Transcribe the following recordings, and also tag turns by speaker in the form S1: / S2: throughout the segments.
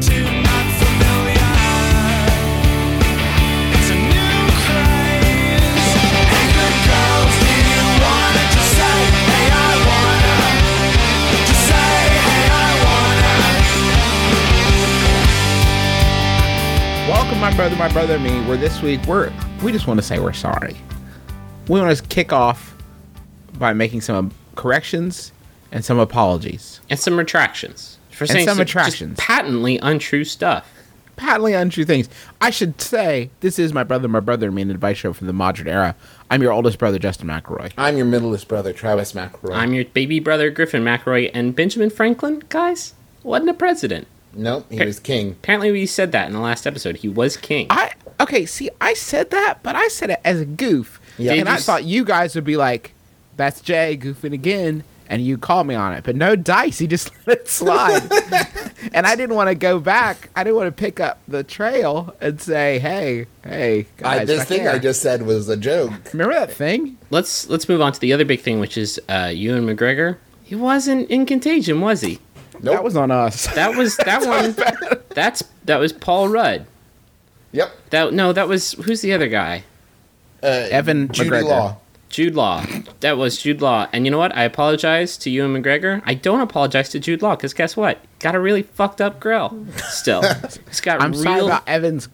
S1: too not familiar. It's a new craze. Hey, good girls, do you wanna just say, hey, I wanna? Just say, hey, I wanna.
S2: Welcome, my brother, my brother, me. We're this week. We're we just want to say we're sorry. We want to kick off by making some corrections and some apologies.
S3: and some retractions for
S2: some
S3: saying just
S2: retractions.
S3: patently untrue stuff.
S2: Patently untrue things. I should say this is my brother, my brother, me, an advice show from the modern era. I'm your oldest brother, Justin McElroy.
S4: I'm your middleest brother, Travis McElroy.
S3: I'm your baby brother Griffin McRoy and Benjamin Franklin, guys. Wasn't a president.
S4: nope, he was king.
S3: Apparently, we said that in the last episode. He was king.
S2: I okay. See, I said that, but I said it as a goof,
S4: Yeah.
S2: and
S4: Did
S2: I
S3: you s-
S2: thought you guys would be like, "That's Jay goofing again," and you called me on it. But no dice. He just let it slide, and I didn't want to go back. I didn't want to pick up the trail and say, "Hey, hey, guys,
S4: I, this
S2: back
S4: thing
S2: there."
S4: I just said was a joke.
S2: remember that thing."
S3: let's let's move on to the other big thing, which is uh, Ewan McGregor. He wasn't in Contagion, was he?
S4: Nope.
S2: That was on us.
S3: That was that one. That's that was Paul Rudd.
S4: yep.
S3: That no, that was who's the other guy?
S2: Evan
S4: Judy
S2: McGregor.
S4: Law.
S3: Jude Law. That was Jude Law. And you know what? I apologize to Ewan McGregor. I don't apologize to Jude Law because guess what? Got a really fucked up grill. Still, he's got
S2: I'm
S3: real.
S2: sorry about Evan's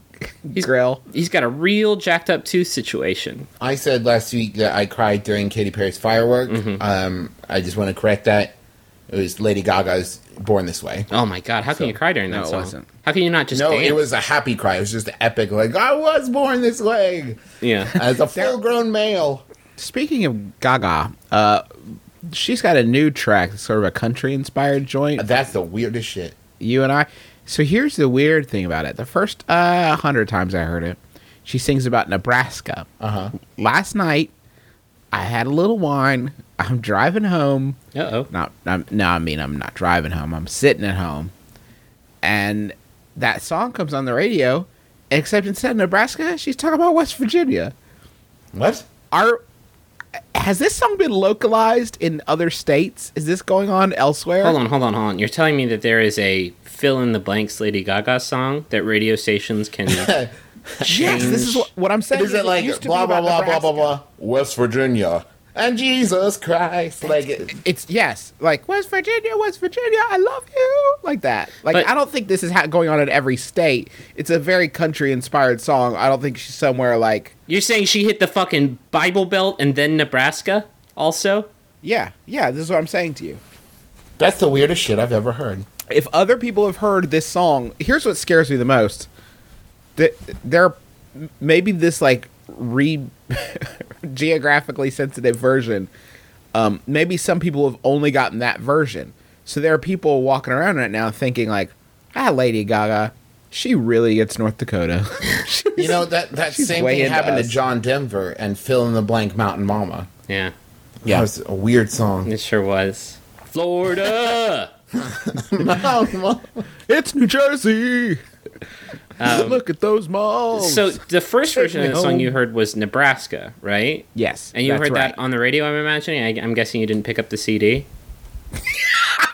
S3: he's,
S2: grill.
S3: He's got a real jacked up tooth situation.
S4: I said last week that I cried during Katy Perry's firework.
S2: Mm-hmm.
S4: Um, I just want to correct that. It was Lady Gaga's Born This Way.
S3: Oh my god! How can you cry during that
S2: no, it
S3: song?
S2: wasn't.
S3: How can you not just
S4: No,
S3: dance?
S4: it was a happy cry. It was just epic. Like, I was born this way
S3: yeah.
S4: as a full grown male.
S2: Speaking of Gaga, uh, she's got a new track, sort of a country-inspired joint.
S4: That's the weirdest shit.
S2: you and I. So here's the weird thing about it. The first uh, hundred times I heard it, she sings about Nebraska.
S4: Uh huh.
S2: Last night, I had a little wine. I'm driving home.
S3: Uh oh.
S2: Not, I'm, no, I mean I'm not driving home. I'm sitting at home, and that song comes on the radio. Except instead of Nebraska, she's talking about West Virginia.
S4: What?
S2: Are has this song been localized in other states? Is this going on elsewhere?
S3: Hold on, hold on, hold on. You're telling me that there is a fill in the blanks Lady Gaga song that radio stations can.
S2: Yes, this is what, what I'm saying.
S4: Is it like
S2: used to be
S4: blah, blah,
S2: about
S4: blah, blah, blah,
S2: Nebraska.
S4: blah? West Virginia. And Jesus Christ. Like, it-
S2: It's yes, like West Virginia, West Virginia, I love you, like that. Like
S3: But-
S2: I don't think this is ha- going on in every state. It's a very country-inspired song. I don't think she's somewhere like
S3: You're saying she hit the fucking Bible Belt and then Nebraska also?
S2: yeah, yeah. This is what I'm saying to you.
S4: that's the weirdest shit I've ever heard.
S2: If other people have heard this song, here's what scares me the most: that there maybe this like re geographically sensitive version. Um, maybe some people have only gotten that version. So there are people walking around right now thinking like, ah, Lady Gaga, she really gets North Dakota.
S4: You know that that
S2: She's
S4: same
S2: way
S4: thing
S2: into
S4: happened
S2: us.
S4: to John Denver and fill in the blank Mountain Mama.
S3: Yeah,
S4: Yeah, that was a weird song.
S3: it sure was. Florida!
S2: it's New Jersey. Look at those malls.
S3: so the first
S2: Oh, Take
S3: version
S2: me
S3: of the song you
S2: home.
S3: heard was Nebraska, right?
S2: yes,
S3: And you
S2: that's
S3: heard
S2: right.
S3: that on the radio, I'm imagining? I, I'm guessing you didn't pick up the CD?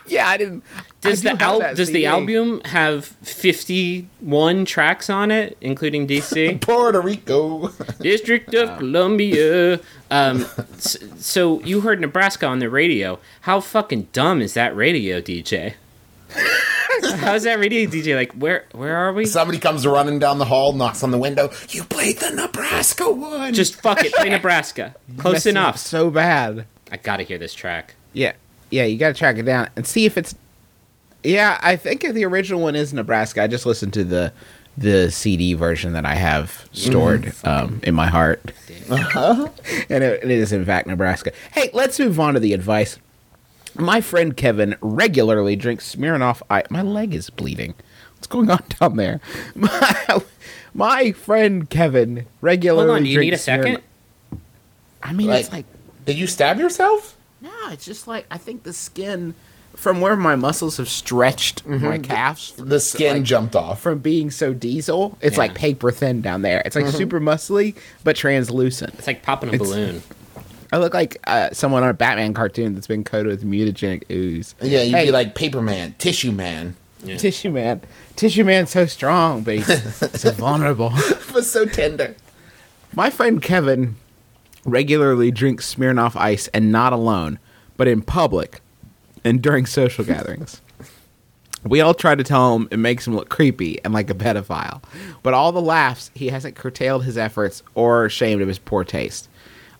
S2: Yeah, I didn't. I
S3: Does
S2: do
S3: the
S2: have
S3: al-
S2: that
S3: does
S2: CD.
S3: the album have 51 tracks on it, including DC?
S4: Puerto Rico.
S3: District of Columbia. Um, s- so you heard Nebraska on the radio. How fucking dumb is that radio DJ? How's that radio DJ like? Where where are we?
S4: Somebody comes running down the hall, knocks on the window. You played the Nebraska one.
S3: Just fuck it, play Nebraska. Close
S2: Messing up
S3: enough.
S2: So bad.
S3: I gotta hear this track.
S2: Yeah, yeah. You got to track it down and see if it's. Yeah, I think the original one is Nebraska. I just listened to the the CD version that I have
S3: Mm-hmm.
S2: stored um, in my heart, and it, it is in fact Nebraska. Hey, let's move on to the advice. My friend Kevin regularly drinks Smirnoff. I my leg is bleeding. What's going on down there? My, My friend Kevin regularly.
S3: Hold on, do you need a
S2: drinks near-
S3: second?
S2: I mean, it's
S4: Like-
S2: like
S4: Did you stab yourself?
S5: No, it's just like I think the skin from where my muscles have stretched
S4: Mm-hmm.
S5: my calves
S4: The skin
S5: like,
S4: jumped off.
S2: from being so diesel, it's
S5: Yeah.
S2: like paper thin down there. It's
S4: Mm-hmm.
S2: like super muscly but translucent.
S3: It's like popping a
S2: It's-
S3: balloon.
S2: I look like uh, someone on a Batman cartoon that's been coated with mutagenic ooze.
S4: Yeah, you'd
S2: Hey.
S4: be like Paper Man, Tissue Man.
S2: Tissue Man. Tissue Man's so strong, but he's so vulnerable.
S4: It was so tender.
S2: My friend Kevin regularly drinks Smirnoff Ice and not alone, but in public and during social gatherings. We all try to tell him it makes him look creepy and like a pedophile, but all the laughs, he hasn't curtailed his efforts or ashamed of his poor taste.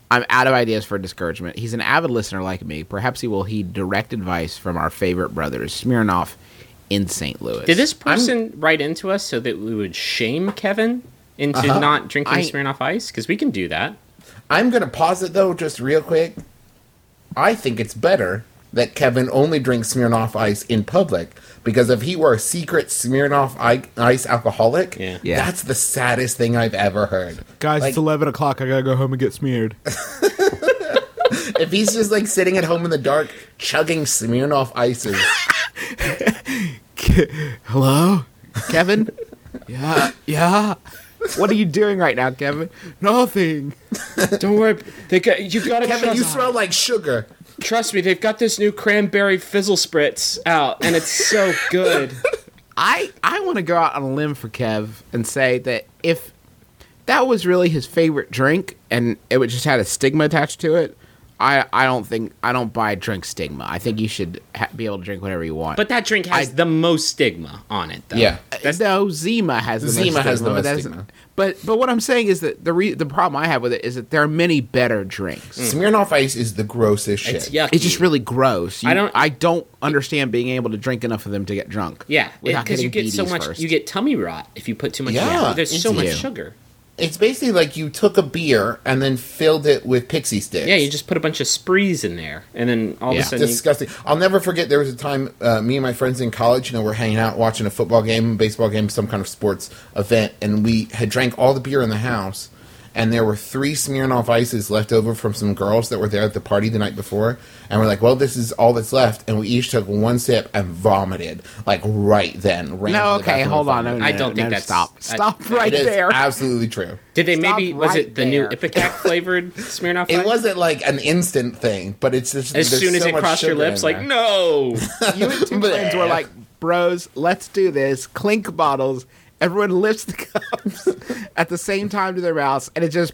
S2: I'm out of ideas for discouragement. He's an avid listener like me. Perhaps he will heed direct advice from our favorite brothers, Smirnoff in St. Louis.
S3: Did this person write into us so that we would shame Kevin into not drinking
S2: I-
S3: Smirnoff Ice? Because we can do that.
S4: I'm gonna pause it though, just real quick. I think it's better that Kevin only drinks Smirnoff Ice in public because if he were a secret Smirnoff I- Ice alcoholic,
S3: Yeah.
S2: Yeah.
S4: that's the saddest thing I've ever heard.
S6: Guys,
S4: Like-
S6: it's 11 o'clock. I gotta go home and get smeared.
S4: If he's just like sitting at home in the dark chugging Smirnoff ices,
S2: Hello? Kevin? yeah, yeah. What are you doing right now, Kevin?
S6: Nothing.
S3: Don't worry. They got, you got to
S4: Kevin, you smell like sugar.
S3: Trust me, they've got this new cranberry fizzle spritz out, and it's so good.
S2: I I want to go out on a limb for Kev and say that if that was really his favorite drink and it would just had a stigma attached to it, I I don't think I don't buy drink stigma. I think you should ha- be able to drink whatever you want.
S3: but that drink has
S2: I-
S3: the most stigma on it, though.
S4: Yeah.
S2: That's, no, Zima has the
S4: Zima
S2: most
S4: has the
S2: stigma, but
S4: most
S2: that's-
S4: stigma.
S2: But but what I'm saying is that the re- the problem I have with it is that there are many better drinks.
S4: Smirnoff Ice is the grossest shit.
S3: Mm. It's yucky.
S2: It's just really gross. You-
S3: I don't-
S2: I don't understand being able to drink enough of them to get drunk.
S3: Yeah,
S2: without
S3: because you
S2: getting
S3: get so
S2: BDs
S3: much,
S2: first.
S3: you get tummy rot if you put too much.
S4: Yeah,
S3: there's so
S4: it's-
S3: much
S2: yeah.
S3: sugar.
S4: It's basically like you took a beer and then filled it with pixie sticks.
S3: Yeah, you just put a bunch of sprees in there, and then all
S2: Yeah.
S3: of a sudden, you,
S4: disgusting. I'll never forget. There was a time uh, me and my friends in college, you know, we're hanging out watching a football game, baseball game, some kind of sports event, and we had drank all the beer in the house, and there were three Smirnoff ices left over from some girls that were there at the party the night before, and we're like, well, this is all that's left, and we each took one sip and vomited like right then. ran
S2: no,
S4: to the
S2: okay,
S4: bathroom
S2: hold
S4: and
S2: on. No,
S4: vomited.
S2: no,
S3: I don't
S2: no, no,
S3: think that's-
S2: stop.
S3: I-
S2: Stop right
S4: It is
S2: there.
S4: absolutely true.
S3: did they
S2: Stop
S3: maybe was
S2: right
S3: it the
S2: there.
S3: new Ipecac flavored Smirnoff?
S4: It
S3: Ice?
S4: wasn't like an instant thing, but it's just
S3: as
S4: there's
S3: soon as
S4: so
S3: it
S4: much
S3: crossed your
S4: sugar in
S3: lips, like
S4: there.
S3: no.
S2: You and two friends were like, bros, let's do this. Clink bottles. Everyone lifts the cups at the same time to their mouths, and it just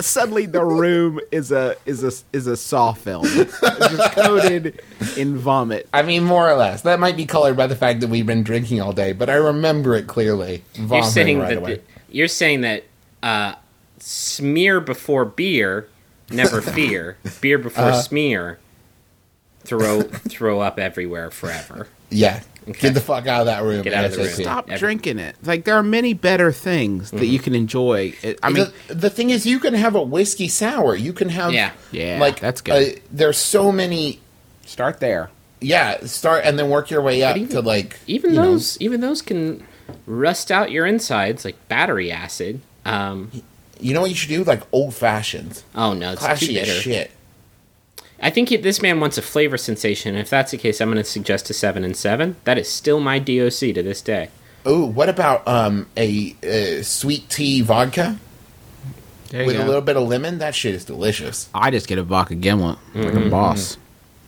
S2: suddenly the room is a is a is a saw film, It's just coated in vomit.
S4: I mean, more or less. That might be colored by the fact that we've been drinking all day, but I remember it clearly.
S3: You're
S4: Vomiting
S3: saying
S4: right
S3: that
S4: away.
S3: the- you're saying that uh, smear before beer, never fear. Beer before smear. Throw throw up everywhere forever.
S4: yeah, get the fuck out of that room.
S3: Get out of the
S4: ASAP.
S3: room.
S2: Stop
S3: Every- Mm-hmm.
S2: drinking it. Like there are many better things that you can enjoy. It- I mean,
S4: the, the thing is, you can have a whiskey sour. You can have
S3: Yeah.
S2: Yeah,
S4: like
S2: that's good.
S4: uh, there's so many.
S2: start there.
S4: Yeah, start and then work your way up
S3: even-
S4: to like
S3: Even
S4: you know,
S3: those even those can rust out your insides like battery acid. Um,
S4: you know what you should do? Like old fashions,
S3: oh no, it's too
S4: classy as
S3: bitter.
S4: shit.
S3: I think he, this man wants a flavor sensation. If that's the case, I'm going to suggest a seven and seven. That is still my DOC to this day.
S4: Ooh, what about um a uh, sweet tea vodka with a little bit of lemon? That shit is delicious.
S2: I just get a vodka gimlet like
S6: Mm-hmm.
S2: a boss.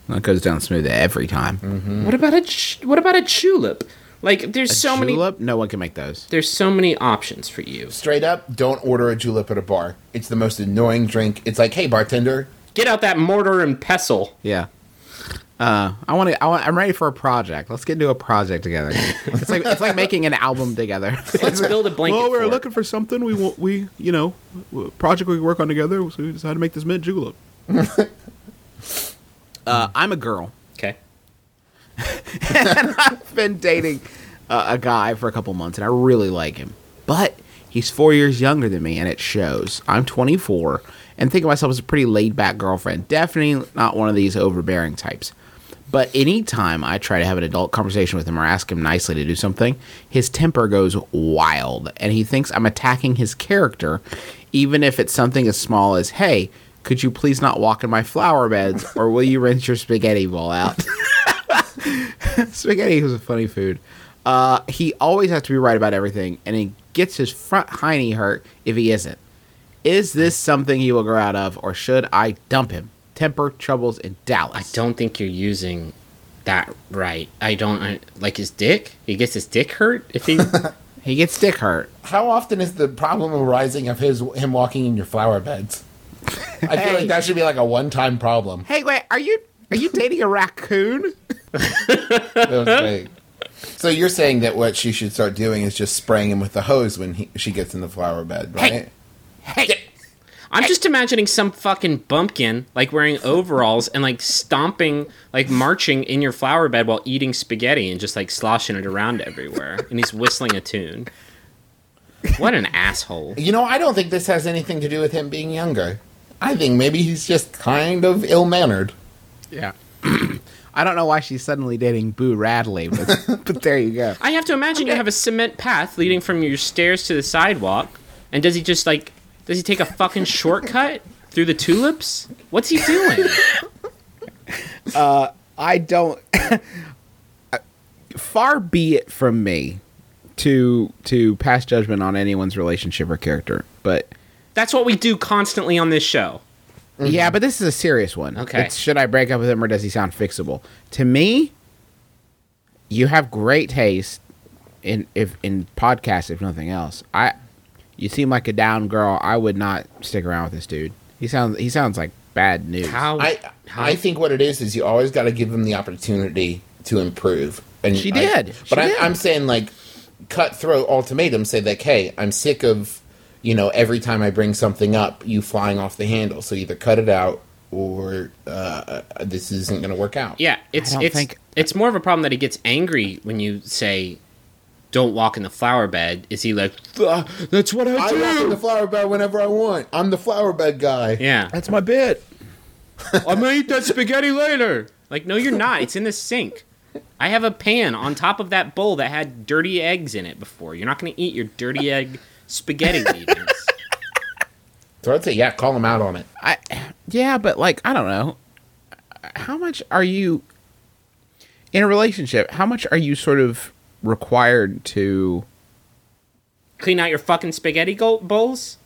S2: That goes down smooth every time.
S3: Mm. What about a ch- what about a tulip? Like there's so many
S2: many. No one can make those.
S3: there's so many options for you.
S4: Straight up, don't order a julep at a bar. It's the most annoying drink. It's like, hey, bartender,
S3: Get out that mortar and pestle.
S2: Yeah. Uh, I want to. I want, I'm ready for a project. Let's get into a project together. it's like it's like making an album together.
S3: Let's build a blanket.
S6: well, we
S3: fort.
S6: were looking for something. We want we you know w- project we could work on together. So we decided to make this mint julep.
S2: uh, I'm a girl.
S3: Okay.
S2: been dating uh, a guy for a couple months and I really like him. But he's four years younger than me and it shows. I'm 24 and think of myself as a pretty laid back girlfriend. Definitely not one of these overbearing types. But anytime I try to have an adult conversation with him or ask him nicely to do something, his temper goes wild and he thinks I'm attacking his character, even if it's something as small as, hey, could you please not walk in my flower beds or will you rinse your spaghetti bowl out? spaghetti was a funny food. Uh, he always has to be right about everything and he gets his front hiney hurt if he isn't. Is this something he will grow out of or should I dump him? Temper troubles in Dallas.
S3: I don't think you're using that right. I don't I, like his dick. He gets his dick hurt if he.
S2: He gets dick hurt.
S4: How often is the problem arising of his him walking in your flower beds? I feel like that should be like a one time problem.
S2: Hey, wait, are you are you dating a raccoon?
S4: That was great. So you're saying that what she should start doing is just spraying him with the hose when he, she gets in the flower bed, right?
S2: Hey,
S3: I'm just imagining some fucking bumpkin like wearing overalls and like stomping, like marching in your flower bed while eating spaghetti and just like sloshing it around everywhere, and he's whistling a tune. What an asshole!
S4: You know, I don't think this has anything to do with him being younger. I think maybe he's just kind of ill mannered.
S2: yeah. I don't know why she's suddenly dating Boo Radley, but but there you go.
S3: I have to imagine you have a cement path leading from your stairs to the sidewalk, and does he just like does he take a fucking shortcut through the tulips? What's he doing?
S7: I don't.
S2: uh, Far be it from me to to pass judgment on anyone's relationship or character, but
S3: That's what we do constantly on this show.
S2: yeah, but this is a serious one.
S3: Mm-hmm. Okay.
S2: It's, should I break up with him or does he sound fixable? To me, you have great taste in if in podcasts, if nothing else. I you seem like a down girl. I would not stick around with this dude. He sounds he sounds like bad news.
S3: How
S4: I
S3: How-
S4: I think what it is is you always got to give him the opportunity to improve. And
S2: She
S4: I-
S2: did.
S4: but
S2: She
S4: I,
S2: did.
S4: I'm saying like cutthroat ultimatum. Say like, hey, I'm sick of you know every time I bring something up, you flying off the handle. So either cut it out or uh, this isn't going to work out.
S3: Yeah, it's
S2: don't
S3: it's
S2: think-
S3: it's more of a problem that he gets angry when you say, "Don't walk in the flower bed." Is he like, "Ugh, "That's what I
S4: I
S3: do"?
S4: walk in the flower bed whenever I want. I'm the flower bed guy.
S3: yeah,
S7: That's my bit.
S3: I'm gonna eat that spaghetti later. Like, no, you're not. It's in the sink. I have a pan on top of that bowl that had dirty eggs in it before. You're not gonna eat your dirty egg spaghetti leavings.
S4: So I'd say, yeah, call him out on it.
S2: I yeah, but like I don't know. How much are you in a relationship? How much are you sort of required to
S3: Clean out your fucking spaghetti go- bowls.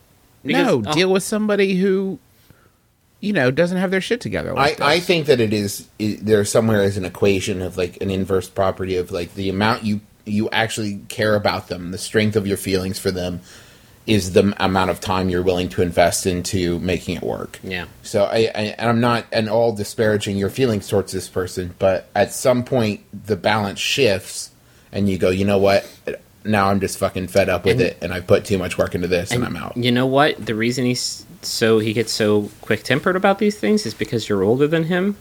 S2: no
S3: oh,
S2: deal with somebody who you know doesn't have their shit together?
S4: I,
S2: Like
S4: I
S2: this?
S4: think that it is it, there somewhere is an equation of like an inverse property of like the amount you you actually care about them, the strength of your feelings for them is the m- amount of time you're willing to invest into making it work.
S3: Yeah.
S4: So I, I and I'm not at all disparaging your feelings towards this person, but at some point the balance shifts and you go, you know what? Now I'm just fucking fed up with it, and I put too much work into this, and, I'm out.
S3: You know what? The reason he's so he gets so quick tempered about these things is because you're older than him,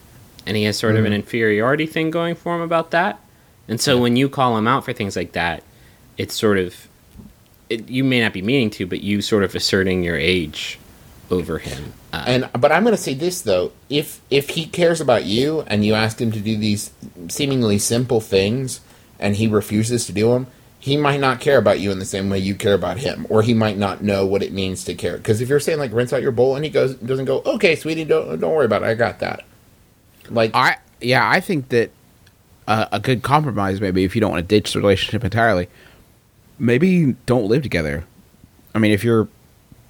S3: and he has sort of an inferiority thing going for him about that. And so when you call him out for things like that, it's sort of it, you may not be meaning to, but you sort of asserting your age over him. Uh,
S4: And but I'm going to say this though, if if he cares about you and you ask him to do these seemingly simple things and he refuses to do them, he might not care about you in the same way you care about him, or he might not know what it means to care. Because if you're saying like rinse out your bowl and he goes doesn't go, okay, sweetie, don't don't worry about it, I got that. Like
S2: I yeah, I think that uh, a good compromise maybe if you don't want to ditch the relationship entirely, maybe don't live together. I mean, if you're,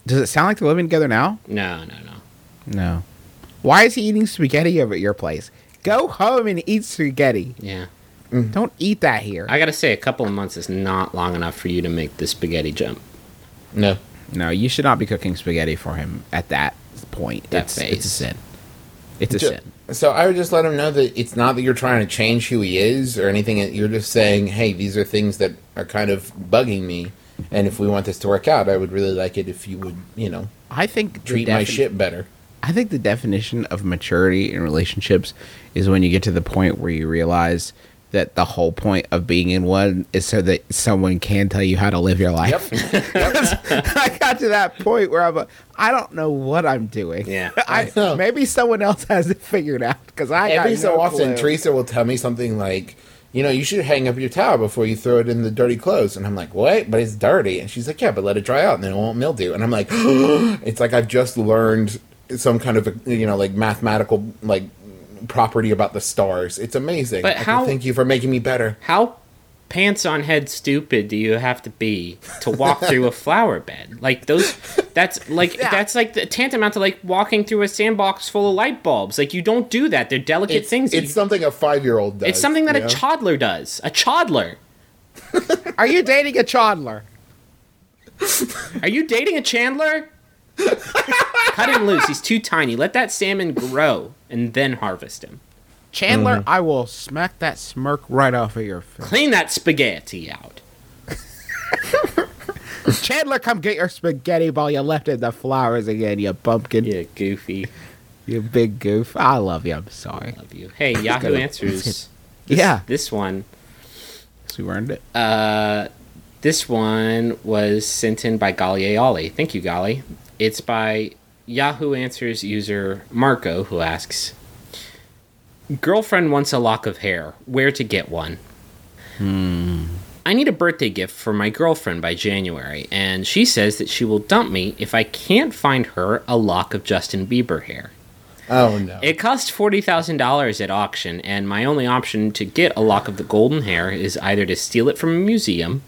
S2: does it sound like they're living together now?
S3: no, no, no.
S2: No. Why is he eating spaghetti over at your place? Go home and eat spaghetti.
S3: Yeah,
S2: Don't eat that here.
S3: I gotta say, a couple of months is not long enough for you to make the spaghetti jump.
S4: no,
S2: no, you should not be cooking spaghetti for him at that point.
S3: That
S2: it's, it's a
S3: phase.
S2: sin. It's a
S4: Ju-
S2: sin.
S4: So I would just let him know that it's not that you're trying to change who he is or anything. You're just saying, hey, these are things that are kind of bugging me. And if we want this to work out, I would really like it if you would, you know,
S2: I think the
S4: treat my
S2: defini-
S4: shit better.
S2: I think the definition of maturity in relationships is when you get to the point where you realize that the whole point of being in one is so that someone can tell you how to live your life. I got to that point where I'm like, I don't know what I'm doing.
S3: Yeah.
S2: I,
S4: know.
S2: maybe someone else has it figured out because I
S4: Every
S2: got
S4: so
S2: no
S4: often,
S2: clue.
S4: Teresa will tell me something like, "You know, you should hang up your towel before you throw it in the dirty clothes." And I'm like, "What?" But it's dirty. And she's like, "Yeah, but let it dry out, and then it won't mildew." And I'm like, "It's like I've just learned some kind of you know like mathematical like property about the stars. It's amazing.
S3: But
S4: I can
S3: how-
S4: thank you for making me better."
S3: How pants on head stupid do you have to be to walk through a flower bed? Like those that's like that's like the tantamount to like walking through a sandbox full of light bulbs. Like you don't do that. They're delicate
S4: It's,
S3: things.
S4: it's
S3: You-
S4: something a five year old does.
S3: it's something that
S4: you
S3: a
S4: know?
S3: toddler does. A toddler.
S2: Are you dating a Chandler?
S3: Are you dating a Chandler? Cut him loose. He's too tiny. Let that salmon grow and then harvest him.
S2: Chandler,
S4: Mm-hmm.
S2: I will smack that smirk right off of your face.
S3: Clean that spaghetti out.
S2: Chandler, come get your spaghetti ball. You left it in the flowers again, you bumpkin.
S3: Yeah, goofy.
S2: You big goof. I love you. I'm sorry.
S3: Love you. Hey, Yahoo
S2: gotta-
S3: Answers.
S2: yeah.
S3: This one.
S2: So you earned it. Uh,
S3: This one was sent in by Golly Ollie. Thank you, Golly. It's by Yahoo Answers user Marco, who asks Girlfriend wants a lock of hair. Where to get one? I need a birthday gift for my girlfriend by January, and she says that she will dump me if I can't find her a lock of Justin Bieber hair.
S4: Oh no!
S3: It cost forty thousand dollars at auction, and my only option to get a lock of the golden hair is either to steal it from a museum,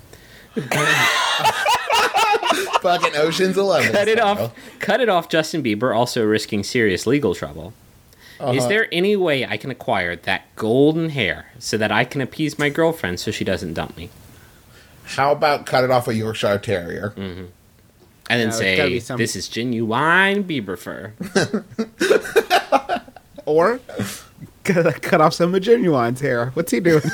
S4: Fucking Ocean's Eleven.
S3: cut it
S4: style.
S3: off, cut it off Justin Bieber, also risking serious legal trouble.
S2: Uh-huh.
S3: Is there any way I can acquire that golden hair so that I can appease my girlfriend so she doesn't dump me?
S4: How about cut it off a Yorkshire Terrier?
S3: And
S2: No,
S3: then
S2: it's gotta
S3: say,
S2: be some-
S3: this is genuine Bieber fur.
S2: Or cut cut off some of Genuine's hair. What's he doing?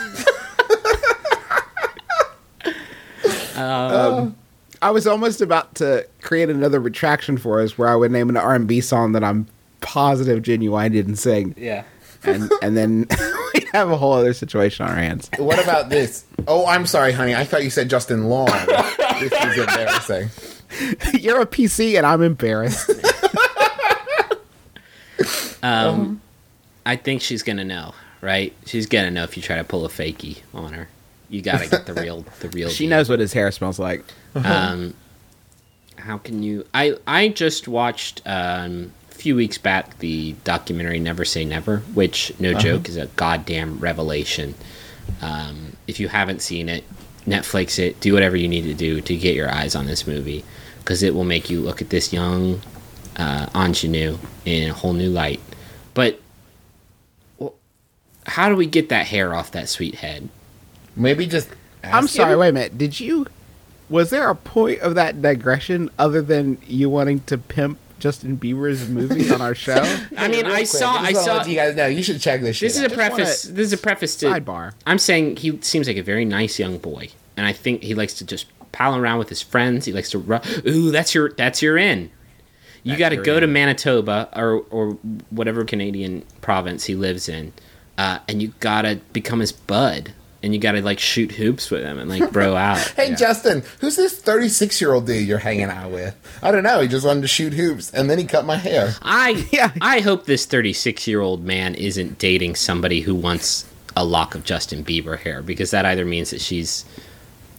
S2: Um, I was almost about to create another retraction for us where I would name an R&B song that I'm positive Genuine didn't sing.
S3: Yeah.
S2: And, and then we have a whole other situation on our hands.
S4: What about this? Oh, I'm sorry, honey. I thought you said Justin Long. this is embarrassing.
S2: You're a PC and I'm embarrassed.
S3: I think she's gonna know, right? She's gonna know if you try to pull a fakie on her. You gotta get the real, the real.
S2: she
S3: deal.
S2: knows what his hair smells like.
S3: um, how can you i i just watched um a few weeks back the documentary never say never which no
S4: Uh-huh.
S3: joke is a goddamn revelation um if you haven't seen it netflix it do whatever you need to do to get your eyes on this movie because it will make you look at this young uh ingenue in a whole new light but well, how do we get that hair off that sweet head
S4: Maybe just.
S2: I'm
S4: ask
S2: sorry.
S4: him.
S2: Wait a minute. Did you? Was there a point of that digression other than you wanting to pimp Justin Bieber's movies on our show?
S3: i mean i
S4: Quick,
S3: saw
S4: this
S3: i
S4: is all
S3: saw
S4: You guys know. You should check this.
S3: This is
S4: shit
S3: a
S4: out.
S3: preface.
S2: wanna-
S3: This is a preface to
S2: Sidebar.
S3: I'm saying he seems like a very nice young boy, and I think he likes to just pal around with his friends. He likes to run. Ooh, that's your that's your in. You got to go to Manitoba or or whatever Canadian province he lives in, uh, and you gotta become his bud, and you gotta like shoot hoops with him and like bro out.
S4: Hey Justin, who's this 36 year old dude you're hanging out with? I don't know. He just wanted to shoot hoops, and then he cut my hair.
S3: I
S2: Yeah.
S3: I hope this 36 year old man isn't dating somebody who wants a lock of Justin Bieber hair because that either means that she's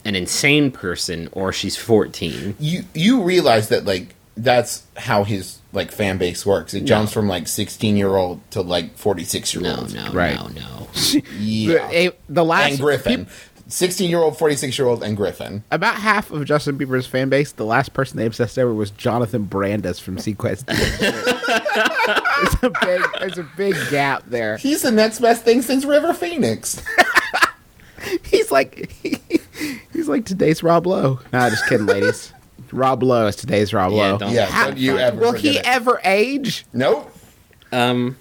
S3: an insane person or she's 14.
S4: You you realize that like that's how his like fan base works. It jumps from like 16 year old to like 46 year
S3: No,
S4: old.
S3: no,
S2: Right.
S3: no, no.
S4: Yeah.
S2: Eh, The
S4: And
S2: last
S4: Griffin, 16 year old, 46 year old, and Griffin.
S2: about half of Justin Bieber's fan base, the last person they obsessed over was Jonathan Brandes from Sequest. there's a big, there's a big gap there.
S4: He's the next best thing since River Phoenix.
S2: He's like, he's like today's Rob Lowe. Nah, just kidding, ladies. Rob Lowe is today's Rob
S3: Yeah,
S2: Lowe.
S3: don't-
S4: Yeah,
S2: Oh, How-
S4: don't you ever
S2: Will
S4: forget
S2: he
S4: it.
S2: ever age?
S4: Nope.
S3: Um,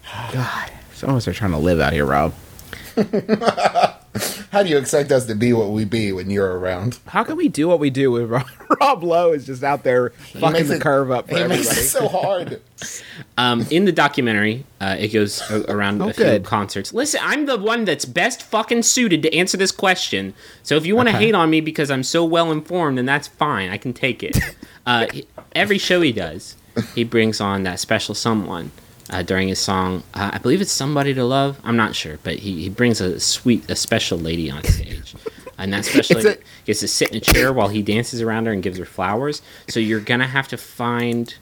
S2: Some of us are trying to live out here, Rob.
S4: How do you expect us to be what we be when you're around?
S7: How can we do what we do with Rob, Rob Lowe is just out there fucking
S4: makes
S7: the
S4: it-
S7: curve up for
S4: It
S7: everybody.
S4: makes it so hard.
S3: Um, in the documentary, uh, it goes a- around a few
S2: good.
S3: concerts. Listen, I'm the one that's best fucking suited to answer this question. So if you want to hate on me because I'm so well informed, then that's fine. I can take it. Uh, he- every show he does, he brings on that special someone uh, during his song. Uh, I believe it's "Somebody to Love." I'm not sure, but he, he brings a sweet, a special lady on stage. And that special lady gets to sit in a chair while he dances around her and gives her flowers. So you're gonna have to find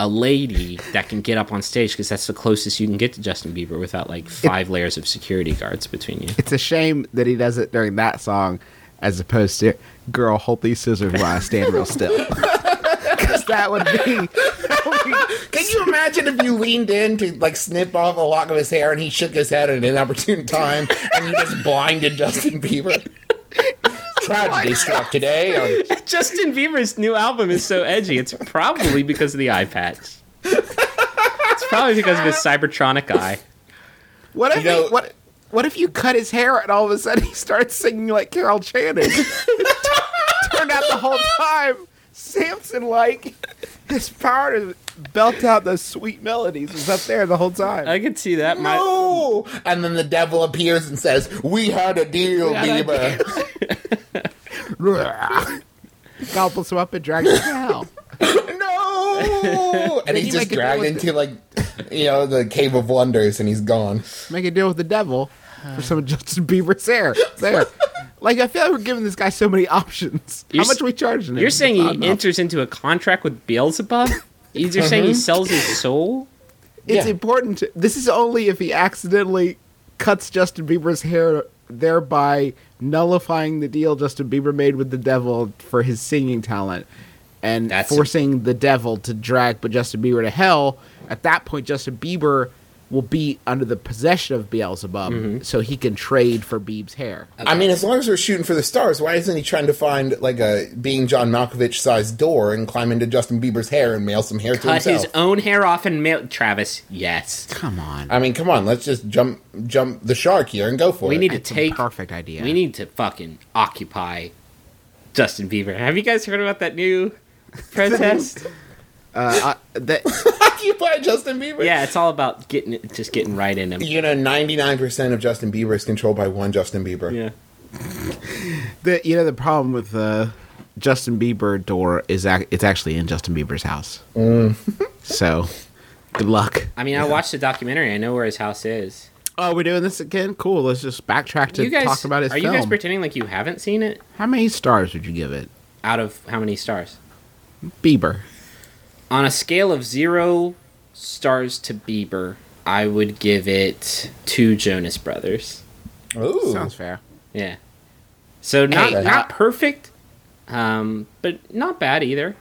S3: a lady that can get up on stage because that's the closest you can get to Justin Bieber without like five layers of security guards between you.
S2: It's a shame that he does it during that song as opposed to Girl, hold these scissors while I stand real still. Because that would be.
S4: Can you imagine if you leaned in to like snip off a lock of his hair and he shook his head at an inopportune time and you just blinded Justin Bieber? Tragedy struck today. on-
S3: Justin Bieber's new album is so edgy. It's probably because of the eye patch. It's probably because of his Cybertronic eye.
S2: What if,
S4: You know-
S2: he, what, what if you cut his hair and all of a sudden he starts singing like Carol Channing? Turned out the whole time, Samson like, his power to belt out those sweet melodies was up there the whole time.
S3: I could see that. My,
S4: Oh! And then the devil appears and says, "We had a deal, Bieber."
S2: Gobbles him up and drags him to hell.
S4: no!
S2: Then
S4: And
S2: you
S4: he's just
S2: make a deal
S4: dragged
S2: with
S4: into like you know the cave of wonders and he's gone.
S2: Make a deal with the devil for some of Justin Bieber's hair. There. Like, I feel like we're giving this guy so many options.
S3: You're
S2: How much
S3: s-
S2: are we charging him?
S3: you're saying
S2: Not
S3: he
S2: enough.
S3: enters into a contract with Beelzebub? You're saying he sells his soul?
S2: it's
S4: Yeah.
S2: important. To, this is only if he accidentally cuts Justin Bieber's hair, thereby nullifying the deal Justin Bieber made with the devil for his singing talent and
S3: That's-
S2: forcing the devil to drag but Justin Bieber to hell. At that point, Justin Bieber will be under the possession of Beelzebub,
S3: Mm-hmm.
S2: so he can trade for Beeb's hair.
S3: Uh,
S4: I mean, as long as we're shooting for the stars, why isn't he trying to find like a being John Malkovich sized door and climb into Justin Bieber's hair and mail some hair to
S3: Cut
S4: himself?
S3: his own hair off and mail Travis. Yes,
S2: Come on.
S4: I mean, come on, let's just jump jump the shark here and go for
S3: we
S4: it.
S3: need to
S2: It's a
S3: take
S2: perfect idea.
S3: We need to fucking occupy Justin Bieber. Have you guys heard about that new protest?
S2: uh, uh, that,
S4: occupy Justin Bieber.
S3: yeah, it's all about getting it- just getting right in him.
S4: You know, ninety nine percent of Justin Bieber is controlled by one Justin Bieber.
S3: Yeah.
S2: the you know the problem with uh, Justin Bieber door is ac- it's actually in Justin Bieber's house.
S3: Mm.
S2: so, good luck.
S3: I mean, I watched the documentary. I know where his house is.
S2: Oh, we're doing this again. Cool. Let's just backtrack to
S3: you guys
S2: talk about his
S3: Are
S2: film.
S3: you guys pretending like you haven't seen it?
S2: How many stars would you give it,
S3: Out of how many stars?
S2: Bieber?
S3: On a scale of 0 stars to Bieber, I would give it 2 Jonas Brothers.
S4: Ooh.
S2: Sounds fair.
S3: Yeah. So not
S4: Hey,
S3: not perfect, um, but not bad either.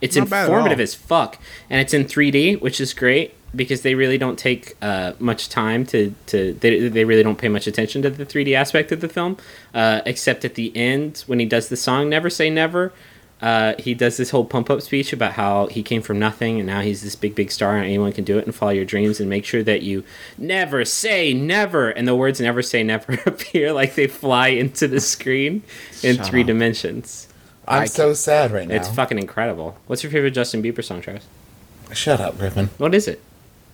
S3: It's
S8: Not bad at
S3: informative
S8: all.
S3: as fuck, and it's in 3D, which is great because they really don't take uh, much time to to they, they really don't pay much attention to the 3D aspect of the film, uh, except at the end when he does the song "Never Say Never." Uh, he does this whole pump up speech about how he came from nothing and now he's this big big star and anyone can do it and follow your dreams and make sure that you never say never and the words never say never appear like they fly into the screen in three dimensions
S4: I'm so sad right now.
S3: it's fucking incredible what's your favorite justin bieber song travis
S4: Shut up, Griffin.
S3: what is it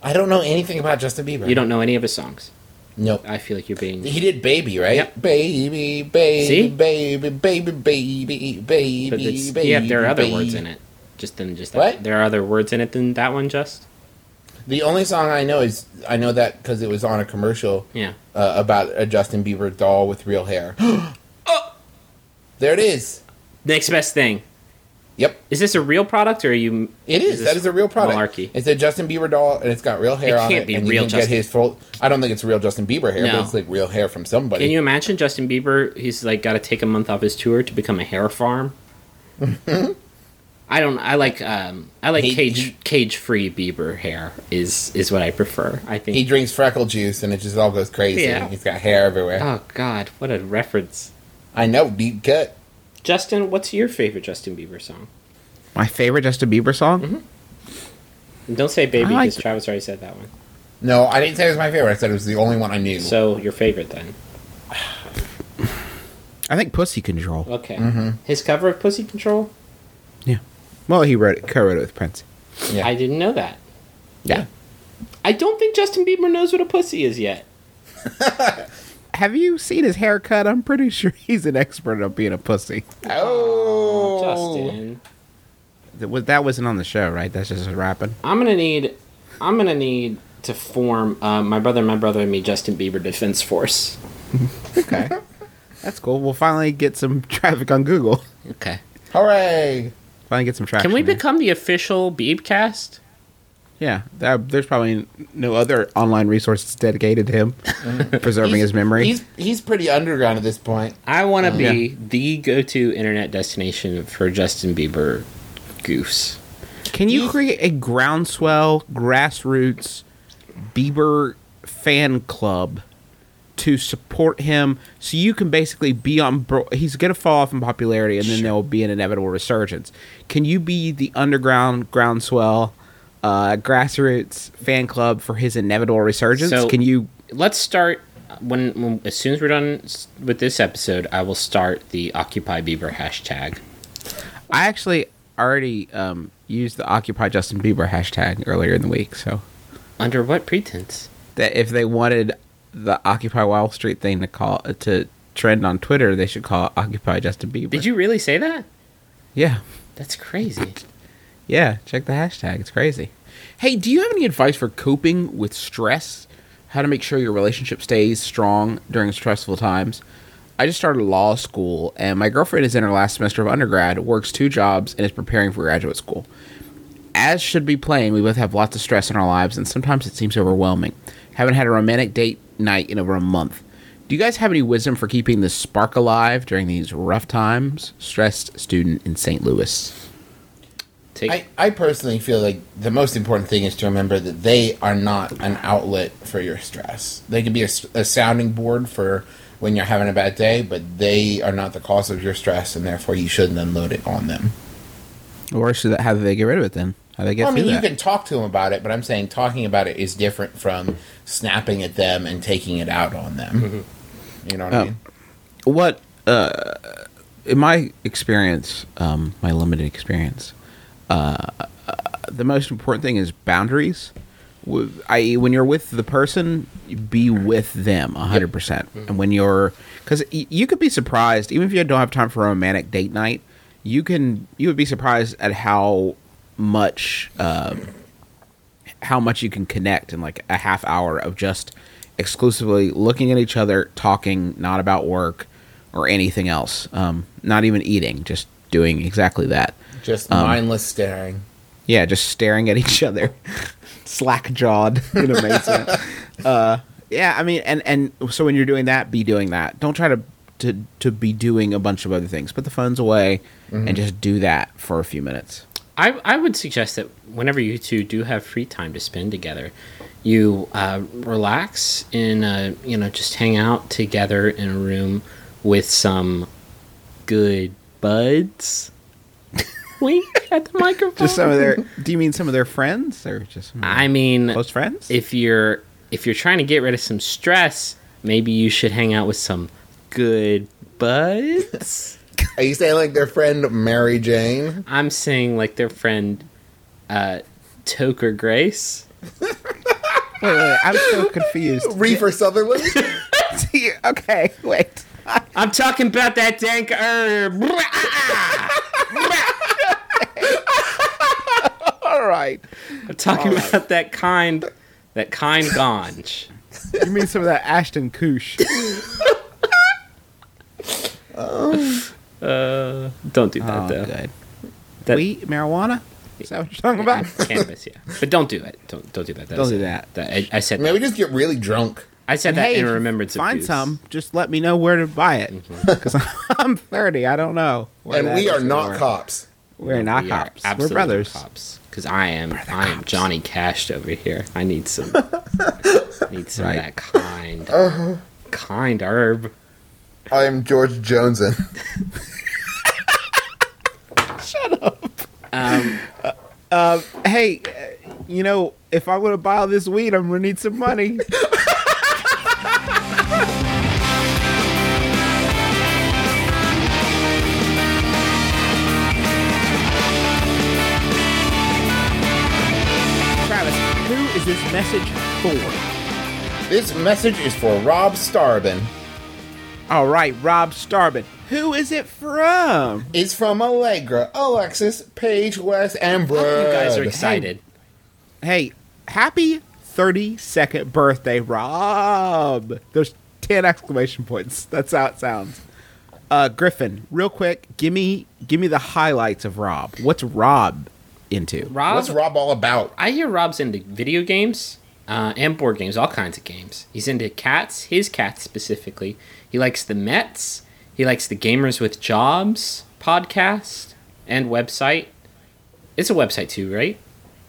S4: I don't know anything about Justin Bieber.
S3: you don't know any of his songs
S4: Nope.
S3: i feel like you're being
S4: He did baby, right?
S3: Yep.
S4: Baby, baby,
S3: See?
S4: baby, baby, baby, baby,
S3: but it's,
S4: baby.
S3: yeah there are other
S4: baby.
S3: words in it just than just that
S4: What?
S3: there are other words in it than that one just
S4: The only song I know is I know that because it was on a commercial
S3: yeah
S4: uh, about a Justin Bieber doll with real hair. Oh! There it is.
S3: next best thing
S4: Yep,
S3: is this a real product or are you
S4: it is.
S3: this
S4: that is a real product.
S3: malarkey?
S4: It's a Justin Bieber doll, and it's got real hair
S3: It
S4: on
S3: can't
S4: it.
S3: be
S4: and you
S3: real
S4: can
S3: Justin-
S4: get his full. I don't think it's real Justin Bieber hair,
S3: No.
S4: but it's like real hair from somebody.
S3: Can you imagine Justin Bieber? He's like got to take a month off his tour to become a hair farm. I don't. I like. Um, I like
S4: He-
S3: cage
S4: he-
S3: cage free Bieber hair is is what I prefer. I think.
S4: he drinks freckle juice, and it just all goes crazy.
S3: Yeah.
S4: He's got hair everywhere.
S3: oh God, what a reference!
S4: I know, deep cut.
S3: Justin, what's your favorite Justin Bieber song?
S2: My favorite Justin Bieber song.
S3: Mm-hmm. And don't say baby
S2: I like-
S3: because Travis already said that one.
S4: No, I didn't say it was my favorite. I said it was the only one I knew.
S3: So your favorite then?
S2: I think Pussy Control.
S3: Okay. His cover of Pussy Control?
S2: Yeah.
S7: Well, he wrote it, co-wrote it with Prince.
S4: Yeah.
S3: I didn't know that.
S2: Yeah.
S3: I don't think Justin Bieber knows what a pussy is yet.
S7: Have you seen his haircut? I'm pretty sure he's an expert on being a pussy.
S4: Oh!
S3: Oh. Justin.
S2: That was- That wasn't on the show, right? That's just rapping.
S3: I'm gonna need I'm gonna need to form uh, my brother, my brother and me, Justin Bieber Defense Force.
S2: Okay.
S7: That's cool. We'll finally get some traffic on Google.
S3: Okay.
S4: Hooray!
S7: Finally get some traffic.
S3: Can we become the official Beebcast?
S7: Yeah, that, there's probably no other online resources dedicated to him preserving
S4: He's-
S7: his memory.
S4: He's he's pretty underground at this point.
S3: I wanna be the go to internet destination for Justin Bieber goofs.
S7: Can you create a groundswell grassroots Bieber fan club to support him so you can basically be on bro- he's going to fall off in popularity and then there will be an inevitable resurgence. Can you be the underground groundswell uh, grassroots fan club for his inevitable resurgence?
S3: So-
S7: can you
S3: Let's start when, when as soon as we're done s- with this episode, I will start the Occupy Bieber hashtag.
S7: I actually already um, used the Occupy Justin Bieber hashtag earlier in the week, so
S3: Under what pretense?
S7: that if they wanted the Occupy Wall Street thing to call to trend on Twitter, they should call it Occupy Justin Bieber.
S3: Did you really say that?
S7: Yeah,
S3: That's crazy.
S7: yeah. Check the hashtag; it's crazy.
S2: Hey, do you have any advice for coping with stress? How to make sure your relationship stays strong during stressful times? I just started law school, and my girlfriend is in her last semester of undergrad, works two jobs, and is preparing for graduate school. As should be plain, we both have lots of stress in our lives, and sometimes it seems overwhelming. Haven't had a romantic date night in over a month. Do you guys have any wisdom for keeping the spark alive during these rough times? Stressed student in St. Louis.
S3: Take
S4: I, I personally feel like the most important thing is to remember that they are not an outlet for your stress. They can be a, s- a sounding board for when you're having a bad day, but they are not the cause of your stress, and therefore you shouldn't unload it on them.
S2: Or should that, how do they get rid of it then? How do they get
S4: Well, I
S2: through
S4: mean, you
S2: that?
S4: can talk to them about it, but I'm saying talking about it is different from snapping at them and taking it out on them.
S2: Mm-hmm.
S4: You know what
S2: Oh.
S4: I mean?
S2: what uh, in my experience, um, my limited experience, uh, uh, the most important thing is boundaries. With- I.e., when you're with the person, be with them 100%.
S4: Mm-hmm.
S2: And when you're, because you could be surprised, even if you don't have time for a romantic date night, you can, you would be surprised at how much uh, how much you can connect in like a half hour of just exclusively looking at each other, talking, not about work or anything else, um, not even eating, just doing exactly that.
S4: Just
S2: Um,
S4: mindless staring.
S2: Yeah, just staring at each other, slack jawed in amazement. uh, yeah, I mean, and and so when you're doing that, be doing that. Don't try to to to be doing a bunch of other things. Put the phones away and just do that for a few minutes.
S3: I, I would suggest that whenever you two do have free time to spend together, you uh, relax and uh, you know just hang out together in a room with some good buds. Wink at the microphone.
S2: Just some of their. do you mean some of their friends or just some of their
S3: I mean,
S2: close friends?
S3: if you're if you're trying to get rid of some stress, maybe you should hang out with some good buds.
S4: Are you saying like their friend Mary Jane?
S3: I'm saying like their friend, uh, Toker Grace.
S2: Wait, wait, I'm so confused.
S4: Reefer Sutherland?
S2: okay, wait.
S3: I'm talking about that dank herb.
S2: All right.
S3: I'm talking
S2: Oh.
S3: about that kind, that kind ganj.
S2: You mean some of that Ashton Koosh?
S3: Don't do that
S2: Oh,
S3: though.
S2: good.
S3: That-
S2: Wheat marijuana. Is that what you're talking about?
S3: Cannabis, yeah, but don't do it. Don't don't do that.
S2: Don't
S3: was-
S2: do that.
S3: I, I said
S4: Maybe
S3: that.
S4: just get really drunk.
S3: I said that in remembrance of
S2: find
S3: Goose. Mm-hmm.
S2: some. Just let me know where to buy it because I'm 30. I don't know. where
S4: and
S2: that
S4: we
S2: is
S4: are not
S2: anymore.
S4: cops.
S2: We're not
S3: We are
S2: cops. We're
S3: absolutely
S2: brothers.
S3: Cops, because I am I am Johnny Cashed over here. I need some need some of that kind
S2: Uh-huh.
S3: kind herb.
S4: I am George Joneson.
S2: Hey, uh, you know, if I want to buy all this weed, I'm gonna need some money.
S9: is this message for?
S4: This message is for Rob Starbin.
S2: All right, Rob Starbin. Who is it from?
S4: It's from Allegra, Alexis, Paige, Wes, and Brad.
S3: Oh, You guys
S2: Uh,
S3: are excited.
S2: Hey, happy 32nd birthday, Rob. There's 10 exclamation points. That's how it sounds. Uh, Griffin, real quick, give me give me the highlights of Rob. What's Rob into?
S3: Rob,
S4: What's Rob all about?
S3: I hear Rob's into video games uh, and board games, all kinds of games. He's into cats, his cats specifically. He likes the Mets. He likes the Gamers with Jobs podcast and website. It's a website too, right?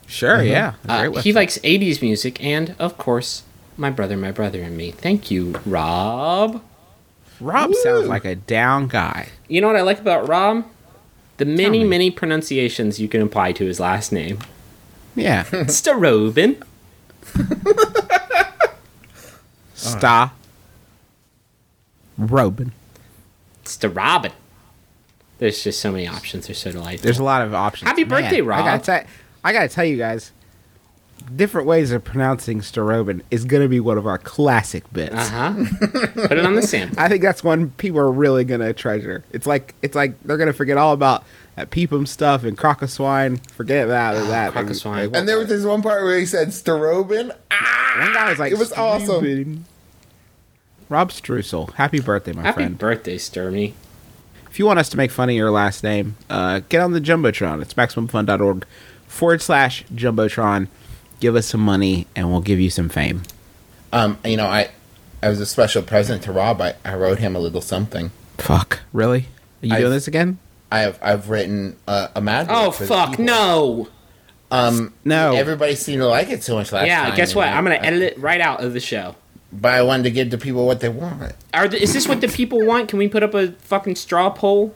S2: Sure, yeah.
S3: Uh,
S2: Great
S3: he
S2: website.
S3: likes 80s music and, of course, My Brother, My Brother and Me. Thank you, Rob.
S2: Rob sounds like a down guy.
S3: You know what I like about Rob? The many, many pronunciations you can apply to his last name.
S2: Yeah.
S3: Starobin.
S2: Sta Robin.
S3: Starobin. There's just so many options. They're so delightful.
S2: There's a lot of options.
S3: Happy birthday, Rob.
S2: I gotta, tell- I gotta tell you guys, different ways of pronouncing Starobin is gonna be one of our classic bits.
S3: Uh huh. Put it on the sample.
S2: I think that's one people are really gonna treasure. It's like it's like they're gonna forget all about that peepum stuff and crocoswine. Forget that or that. They-
S3: crocoswine.
S2: they won't-
S4: And there was this one part where he said Starobin.
S2: one guy was like,
S4: it was awesome.
S2: "Stupid." Rob Streusel, happy birthday, my
S3: Happy
S2: friend.
S3: birthday, Sturmy.
S2: If you want us to make fun of your last name, uh, get on the Jumbotron. It's MaximumFun.org forward slash Jumbotron. Give us some money and we'll give you some fame.
S4: Um, you know, I, I was a special present to Rob. I, I wrote him a little something.
S2: Fuck. Really? Are you
S4: I've-
S2: doing this again?
S4: I have I've written uh, a mad.
S3: Oh,
S4: for the
S3: fuck.
S4: people.
S3: No.
S4: Um,
S2: No.
S4: Everybody seemed to like it so much last time.
S3: yeah, guess what?
S4: and I-
S3: I'm going
S4: I-
S3: to edit it right out of the show.
S4: But I wanted to give the people what they want.
S3: Are the, is this what the people want? Can we put up a fucking straw poll?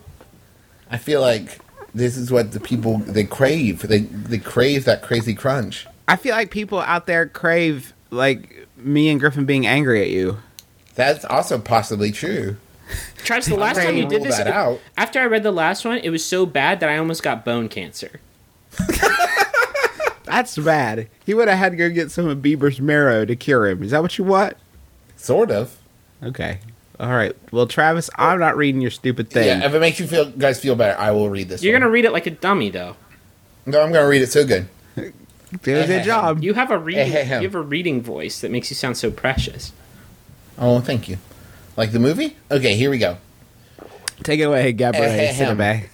S4: I feel like this is what the people they crave. They they crave that crazy crunch.
S2: I feel like people out there crave like me and Griffin being angry at you.
S4: That's also possibly true.
S3: Travis, the last time
S4: gonna
S3: you did
S4: rule
S3: this,
S4: that out.
S3: after I read the last one, it was so bad that I almost got bone cancer.
S2: That's bad. He would have had to go get some of Bieber's marrow to cure him. Is that what you want?
S4: Sort of.
S2: Okay. All right. Well, Travis, I'm not reading your stupid thing.
S4: Yeah, if it makes you feel guys feel better, I will read this.
S3: You're
S4: one.
S3: gonna read it like a dummy, though.
S4: No, I'm gonna read it so good.
S2: Do a good job.
S3: You have a reading.
S4: Ahem.
S3: You have a reading voice that makes you sound so precious.
S4: Oh, thank you. Like the movie? Okay, here we go.
S2: Take it away, Gabrielle
S4: Ahem.
S2: Cinebe.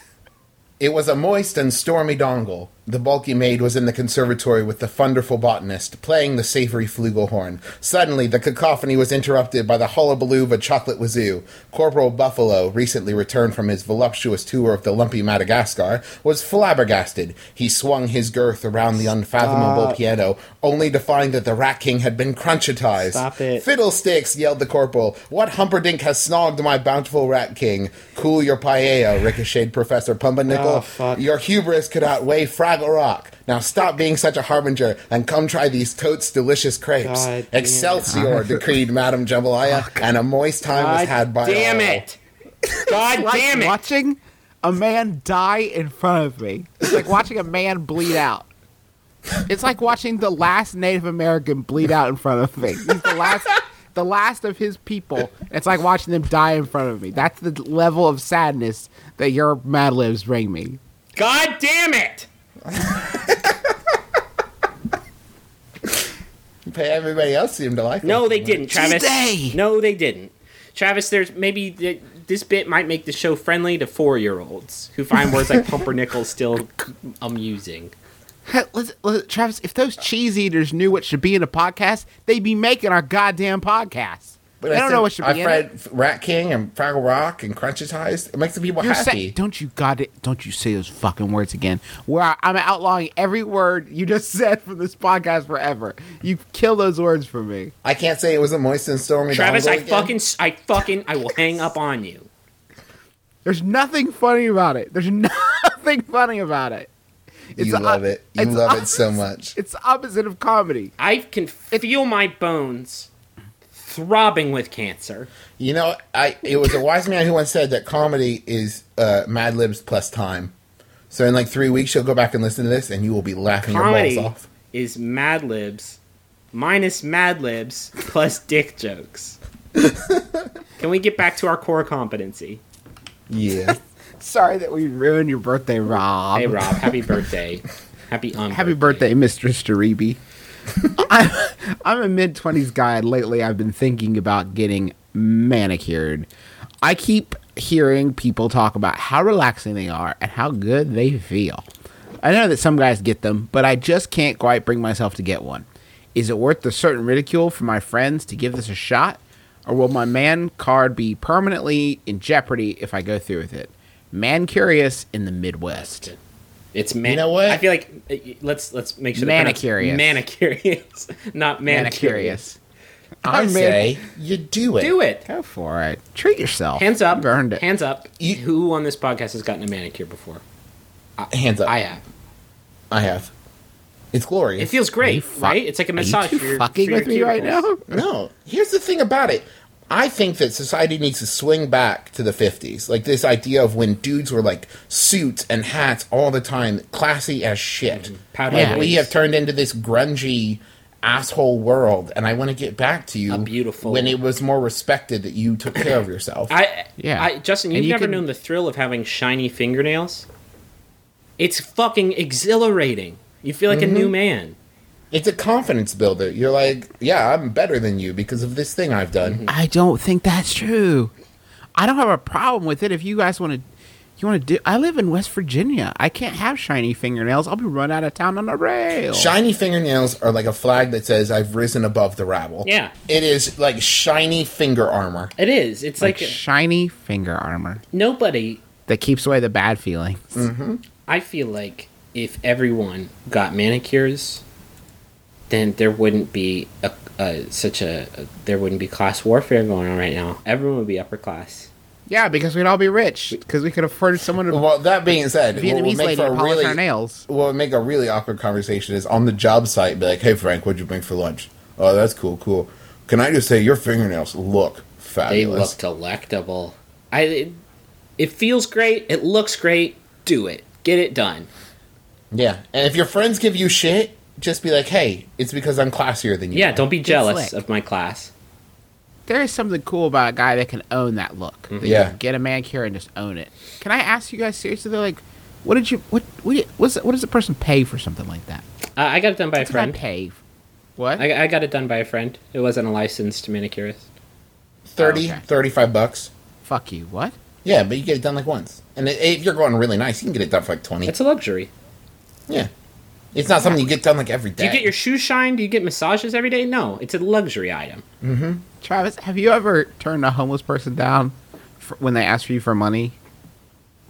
S4: It was a moist and stormy dongle. The bulky maid was in the conservatory with the wonderful botanist, playing the savory flugelhorn. Suddenly, the cacophony was interrupted by the hullabaloo of a chocolate wazoo. Corporal Buffalo, recently returned from his voluptuous tour of the lumpy Madagascar, was flabbergasted. He swung his girth around the unfathomable piano, only to find that the Rat King had been crunchetized.
S3: Stop it.
S4: Fiddlesticks! yelled the corporal. What humperdink has snogged my bountiful rat king? Cool your paella, ricocheted Professor Pumpernickel.
S3: Oh, fuck.
S4: Your hubris could outweigh Fraggle Rock. Now stop being such a harbinger and come try these totes delicious crepes.
S3: God damn.
S4: Excelsior, decreed Madame Jambalaya, and a moist time was had by
S3: damn
S4: all.
S3: it! God
S2: Like
S3: damn it!
S2: watching a man die in front of me. It's like watching a man bleed out. It's like watching the last Native American bleed out in front of me. He's the last the last of his people. It's like watching them die in front of me. That's the level of sadness that your Mad Libs bring me.
S3: God damn it!
S4: But everybody else seemed to like it.
S3: No, they didn't, Travis.
S9: Today.
S3: No, they didn't, Travis. There's maybe th- this bit might make the show friendly to four-year-olds who find words like pumpernickel still amusing.
S9: Hey, let's- let- Travis, if those cheese eaters knew what should be in a podcast, they'd be making our goddamn podcast.
S4: But
S9: I don't
S4: said
S9: know what should
S4: I
S9: be in
S4: fried
S9: it.
S4: Rat King and Fraggle Rock and Crunchetized. It makes the people
S9: You're sa-
S4: happy.
S9: don't you got it? Don't you say those fucking words again? Where I, I'm outlawing every word you just said from this podcast forever. You kill those words for me.
S4: I can't say it was a moist and stormy
S3: Travis,
S4: dongle
S3: I
S4: again.
S3: fucking, s- I fucking, I will hang up on you.
S9: There's nothing funny about it. There's nothing funny about it.
S4: You
S9: It's, uh,
S4: love it. You
S9: it's,
S4: love
S9: uh,
S4: it so much.
S9: It's the opposite of comedy.
S3: I can feel my bones throbbing with cancer.
S4: You know, I it was a wise man who once said that comedy is uh, Mad Libs plus time. So in like three weeks, you'll go back and listen to this, and you will be laughing your
S3: Comedy
S4: balls off.
S3: is Mad Libs minus Mad Libs plus dick jokes. Can we get back to our core competency?
S4: Yeah.
S2: Sorry that we ruined your birthday, Rob.
S3: Hey Rob, happy birthday. Happy um.
S2: Happy birthday, Mistress Jaribi. I'm, I'm a mid 20s guy, and lately I've been thinking about getting manicured. I keep hearing people talk about how relaxing they are and how good they feel. I know that some guys get them, but I just can't quite bring myself to get one. Is it worth the certain ridicule from my friends to give this a shot? Or will my man card be permanently in jeopardy if I go through with it? Man curious in the Midwest.
S3: It's man.
S4: You know what?
S3: I feel like uh, y- let's let's make sure they're pronounced
S2: Manicurious.
S3: manicurious, not manicurious.
S2: Manicurious.
S4: I
S2: I'm
S4: say you do it.
S3: Do it.
S2: Go for it. Treat yourself.
S3: Hands up.
S2: You've earned it.
S3: Hands up.
S4: You-
S3: Who on this podcast has gotten a manicure before?
S4: Hands up.
S3: I
S4: I,
S3: have.
S4: have. It's glorious.
S3: It feels
S2: You
S3: great,
S2: fu-
S3: right? It's like a
S2: Are you
S3: massage.
S2: two
S3: for your-
S2: fucking
S3: for your
S2: with me right now?
S3: cuticles.
S4: No, here's the thing about it. I think that society needs to swing back to the 50s. Like this idea of when dudes were like suits and hats all the time, classy as shit.
S3: Mm-hmm. Powder
S4: Like
S3: yeah.
S4: we have turned into this grungy asshole world and I want to get back to you
S3: A beautiful-
S4: when it was more respected that you took care of yourself.
S3: I
S2: Yeah.
S3: yeah. I, Justin,
S2: And
S3: you've
S2: you
S3: never
S2: can-
S3: known the thrill of having shiny fingernails. It's fucking exhilarating. You feel like a
S2: Mm-hmm.
S3: new man.
S4: it's a confidence builder. You're like, yeah, I'm better than you because of this thing I've done.
S2: I don't think that's true. I don't have a problem with it. If you guys want to, you want to do. I live in West Virginia. I can't have shiny fingernails. I'll be run out of town on a
S3: Mm-hmm.
S2: rail.
S4: Shiny fingernails are like a flag that says I've risen above the rabble.
S3: Yeah.
S4: It is like shiny finger armor.
S3: It is. It's
S2: like
S3: like,
S2: shiny finger armor
S3: nobody.
S2: that keeps away the bad feelings.
S3: I feel like if everyone got manicures, then there wouldn't be a, a such a, a there wouldn't be class warfare going on right now. Everyone would be upper class.
S2: Yeah, because we'd all be rich because we could afford someone to
S4: Well, that being said, what would
S2: Vietnamese
S4: make
S2: lady
S4: for
S2: to
S4: a
S2: polish
S4: really
S2: our nails.
S4: what would make a really awkward conversation is on the job site. Be like, hey Frank, what'd you bring for lunch? Oh, that's cool, cool. Can I just say your fingernails look
S3: They
S4: fabulous?
S3: look delectable. I. It, it feels great. It looks great. Do it. Get it done.
S4: yeah, and if your friends give you shit, just be like, hey, it's because I'm classier than you.
S3: Yeah,
S4: are."
S3: don't be jealous
S2: slick.
S3: of my class.
S2: There is something cool about a guy that can own that look.
S3: Mm-hmm.
S2: That you
S4: Yeah.
S2: get a manicure and just own it. Can I ask you guys seriously? They're like, what did you what what did- what's, what does the person pay for something like that?
S3: Uh, I got it done by a
S2: What did I
S3: friend.
S2: pay? f- What?
S3: I, I got it done by a friend. It wasn't a licensed manicurist.
S4: 30,
S2: Okay.
S4: 35 bucks.
S2: Fuck you. What?
S4: Yeah, but you get it done like once, and i- if you're going really nice, you can get it done for like twenty.
S3: It's a luxury.
S4: yeah, it's not something you get done like every
S3: Do
S4: day.
S3: you get your shoes shined? Do you get massages every day? No, it's a luxury item.
S2: Travis, have you ever turned a homeless person down for, when they ask for you for money?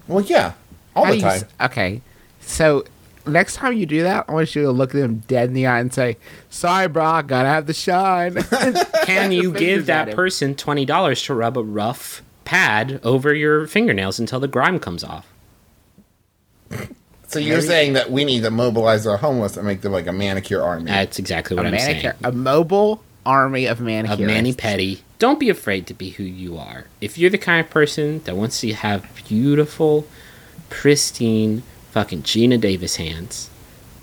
S4: well, yeah, all
S2: How
S4: the
S2: do you
S4: time.
S2: s- okay. So next time you do that, I want you to look them dead in the eye and say, sorry, bro, I gotta have the shine.
S3: Can you
S2: fingers
S3: give
S2: at
S3: that
S2: him.
S3: person twenty dollars to rub a rough pad over your fingernails until the grime comes off?
S4: So you're saying that we need to mobilize our homeless and make them like a manicure army.
S3: That's exactly what
S2: a
S3: I'm
S2: manicure. A mobile army of manicures.
S3: saying. A mani petty. Don't be afraid to be who you are. If you're the kind of person that wants to have beautiful, pristine, fucking Gina Davis hands,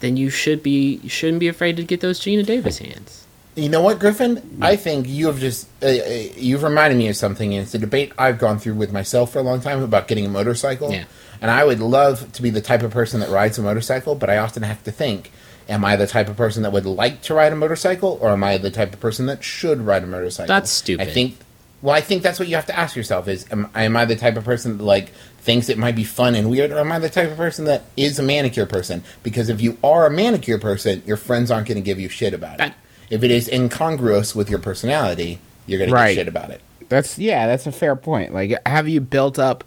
S3: then you should be you shouldn't be afraid to get those Gina Davis hands.
S4: you know what, Griffin? I think you have just uh, uh, you've reminded me of something. and It's a debate I've gone through with myself for a long time about getting a motorcycle.
S3: Yeah.
S4: And I would love to be the type of person that rides a motorcycle, but I often have to think: Am I the type of person that would like to ride a motorcycle, or am I the type of person that should ride a motorcycle?
S3: That's stupid.
S4: I think. Well, I think that's what you have to ask yourself: Is am, am I the type of person that like thinks it might be fun and weird, or am I the type of person that is a manicure person? Because if you are a manicure person, your friends aren't going to give you shit about it.
S3: That-
S4: if it is incongruous with your personality, you're going to
S2: Right.
S4: get shit about it.
S2: That's yeah, that's a fair point. Like, have you built up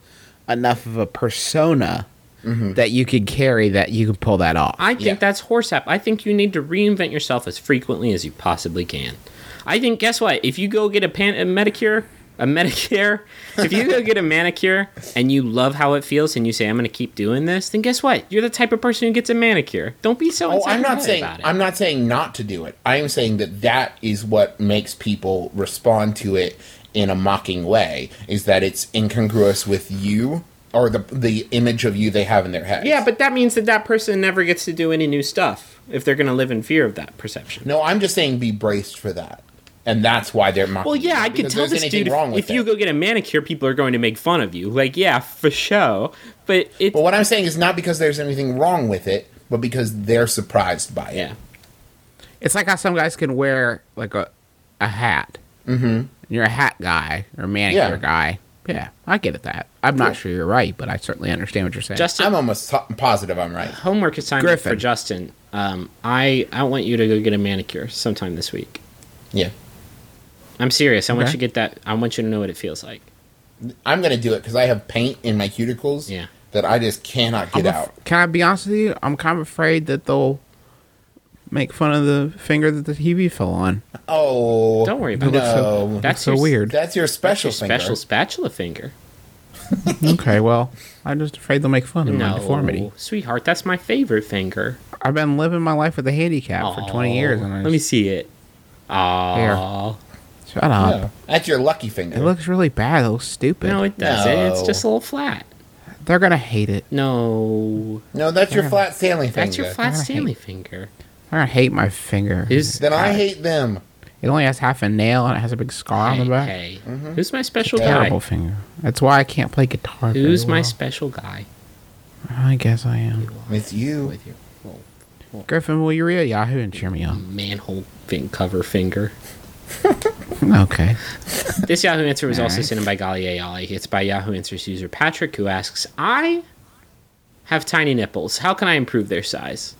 S2: enough of a persona
S4: Mm-hmm.
S2: that you could carry that you could pull that off?
S3: I think
S4: Yeah.
S3: that's horse app. I think you need to reinvent yourself as frequently as you possibly can. I think guess what? If you go get a pan a medicure, a Medicare, if you go get a manicure and you love how it feels and you say I'm going to keep doing this, then guess what? You're the type of person who gets a manicure. Don't be so.
S4: Oh, I'm
S3: insecure
S4: not saying
S3: about it.
S4: I'm not saying not to do it. I am saying that that is what makes people respond to it in a mocking way. Is that it's incongruous with you or the the image of you they have in their head.
S3: Yeah, but that means that that person never gets to do any new stuff if they're going to live in fear of that perception.
S4: no, I'm just saying be braced for that, and that's why they're mocking.
S3: Well, yeah,
S4: you,
S3: I can
S4: not because
S3: tell
S4: there's
S3: this
S4: anything
S3: dude. If, if
S4: it.
S3: you go get a manicure, people are going to make fun of you. Like, yeah, for sure. But it's
S4: But what I'm saying is not because there's anything wrong with it, but because they're surprised by it.
S3: yeah,
S2: It's like how some guys can wear like a a hat. Mm-hmm. You're a hat guy or manicure
S4: Yeah.
S2: guy. Yeah, I get it. That I'm not sure you're right, but I certainly understand what you're saying.
S3: Justin.
S4: I'm almost t- positive I'm right.
S3: homework assignment for
S2: Griffin.
S3: Justin. Um, I I want you to go get a manicure sometime this week.
S4: Yeah,
S3: I'm serious. I want
S2: Okay.
S3: you to get that. I want you to know what it feels like.
S4: I'm gonna do it because I have paint in my cuticles.
S3: Yeah.
S4: that I just cannot
S2: I'm
S4: get
S2: af-
S4: out.
S2: Can I be honest with you? I'm kind of afraid that they'll make fun of the finger that the TV fell on.
S4: oh,
S3: Don't worry about it.
S4: no.
S3: That's
S2: so
S3: your-
S2: weird.
S4: That's your
S3: That's
S4: special
S3: your special
S4: finger.
S3: spatula finger.
S2: okay, well, I'm just afraid they'll make fun of my
S3: No,
S2: deformity.
S3: sweetheart, that's my favorite finger.
S2: I've been living my life with a handicap for 20 years. And I
S3: Let me
S2: just-
S3: see it. Oh
S2: Shut up.
S4: No, that's your lucky finger.
S2: It looks really bad. It looks stupid.
S3: no, it doesn't.
S4: No.
S3: It's just a little flat.
S2: They're gonna hate it.
S3: No,
S4: no, that's your flat Stanley finger.
S3: that's your flat
S2: I hate-
S3: Stanley finger.
S2: They're gonna hate my finger.
S3: Is
S4: Then I hate them.
S2: it only has half a nail and it has a big scar on
S3: hey,
S2: the back. Mm-hmm.
S3: hey. who's my special
S2: Terrible
S3: guy?
S2: finger. That's why I can't play guitar. very
S3: Who's my
S2: well.
S3: special guy?
S2: I guess I am.
S4: It's you.
S3: With your little
S2: Griffin, will you read at Yahoo and cheer me up?
S3: manhole fin- cover finger.
S2: Okay.
S3: This Yahoo answer was also
S2: Alright.
S3: sent in by Gali Ali. It's by Yahoo Answers user Patrick, who asks, I have tiny nipples. How can I improve their size?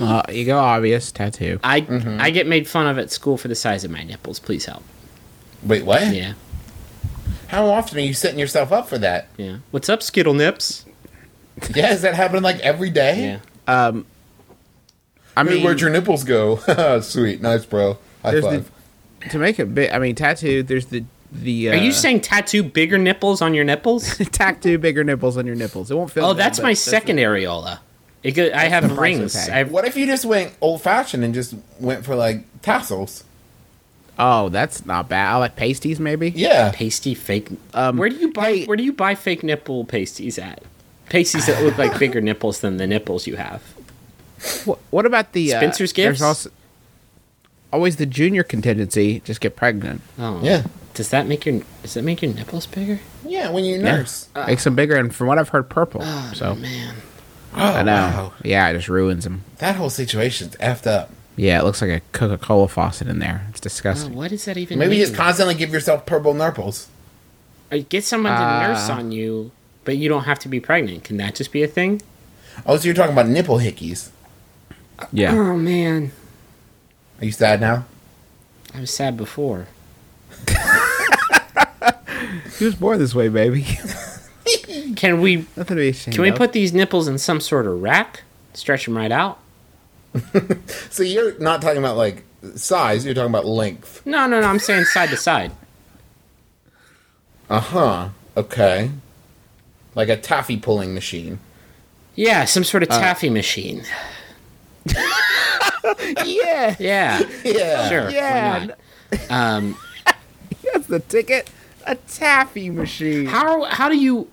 S2: Uh, you go obvious tattoo.
S3: I
S2: Mm-hmm.
S3: I get made fun of at school for the size of my nipples. Please help.
S4: Wait, what?
S3: Yeah,
S4: How often are you setting yourself up for that?
S3: yeah. What's up, Skittle Nips?
S4: Yeah, is that happening like every day?
S3: Yeah.
S2: Um, I
S4: Hey,
S2: mean,
S4: where'd your nipples go? Sweet, nice, bro. High
S2: There's
S4: five.
S2: to make it big. I mean, tattoo. There's the the. Uh,
S3: Are you saying tattoo bigger nipples on your nipples?
S2: tattoo bigger nipples on your nipples? It won't feel.
S3: oh,
S2: bad,
S3: that's
S2: but
S3: my second areola. It go, I
S2: the
S3: have
S2: price
S3: rings.
S2: I pay.
S3: I have,
S4: What if you just went old fashioned and just went for like tassels?
S2: Oh, that's not bad. I like pasties, maybe.
S4: Yeah.
S3: pasty fake.
S2: Um,
S3: where do you buy
S2: hey-
S3: where do you buy fake nipple pasties at? Pasties that look like bigger nipples than the nipples you have.
S2: What, what about the uh,
S3: Spencer's
S2: there's
S3: gifts?
S2: also- always the junior contingency. Just get pregnant.
S3: Oh.
S4: Yeah.
S3: Does that make your does that make your nipples bigger?
S4: Yeah, when you nurse.
S2: Makes them bigger, and from what I've heard, purple. so
S3: Ah. Man.
S2: I know.
S4: Oh, wow.
S2: Yeah, it just ruins them.
S4: That whole situation's effed up.
S2: Yeah, it looks like a Coca-Cola faucet in there. It's
S3: Oh,
S2: disgusting.
S3: what does that even
S4: Maybe
S3: mean?
S4: just constantly give yourself purple nurples.
S3: Uh, Get someone to nurse
S2: Ah.
S3: on you, but you don't have to be pregnant. Can that just be a thing?
S4: Oh, so you're talking about nipple hickeys.
S2: yeah.
S3: Oh man.
S4: Are you sad now?
S3: I was sad before.
S2: He was born this way, baby.
S3: Can we
S2: Nothing to be ashamed
S3: can we
S2: of.
S3: put these nipples in some sort of rack? Stretch them right out?
S4: So you're not talking about like size, you're talking about length.
S3: No, no, no. I'm saying side to side.
S4: Uh huh. Okay. Like a taffy pulling machine.
S3: Yeah, some sort of taffy machine.
S2: Yeah,
S3: Yeah.
S4: Yeah.
S3: Sure.
S2: Yeah.
S3: Why not? Um,
S2: that's the ticket. A taffy machine.
S3: how how do you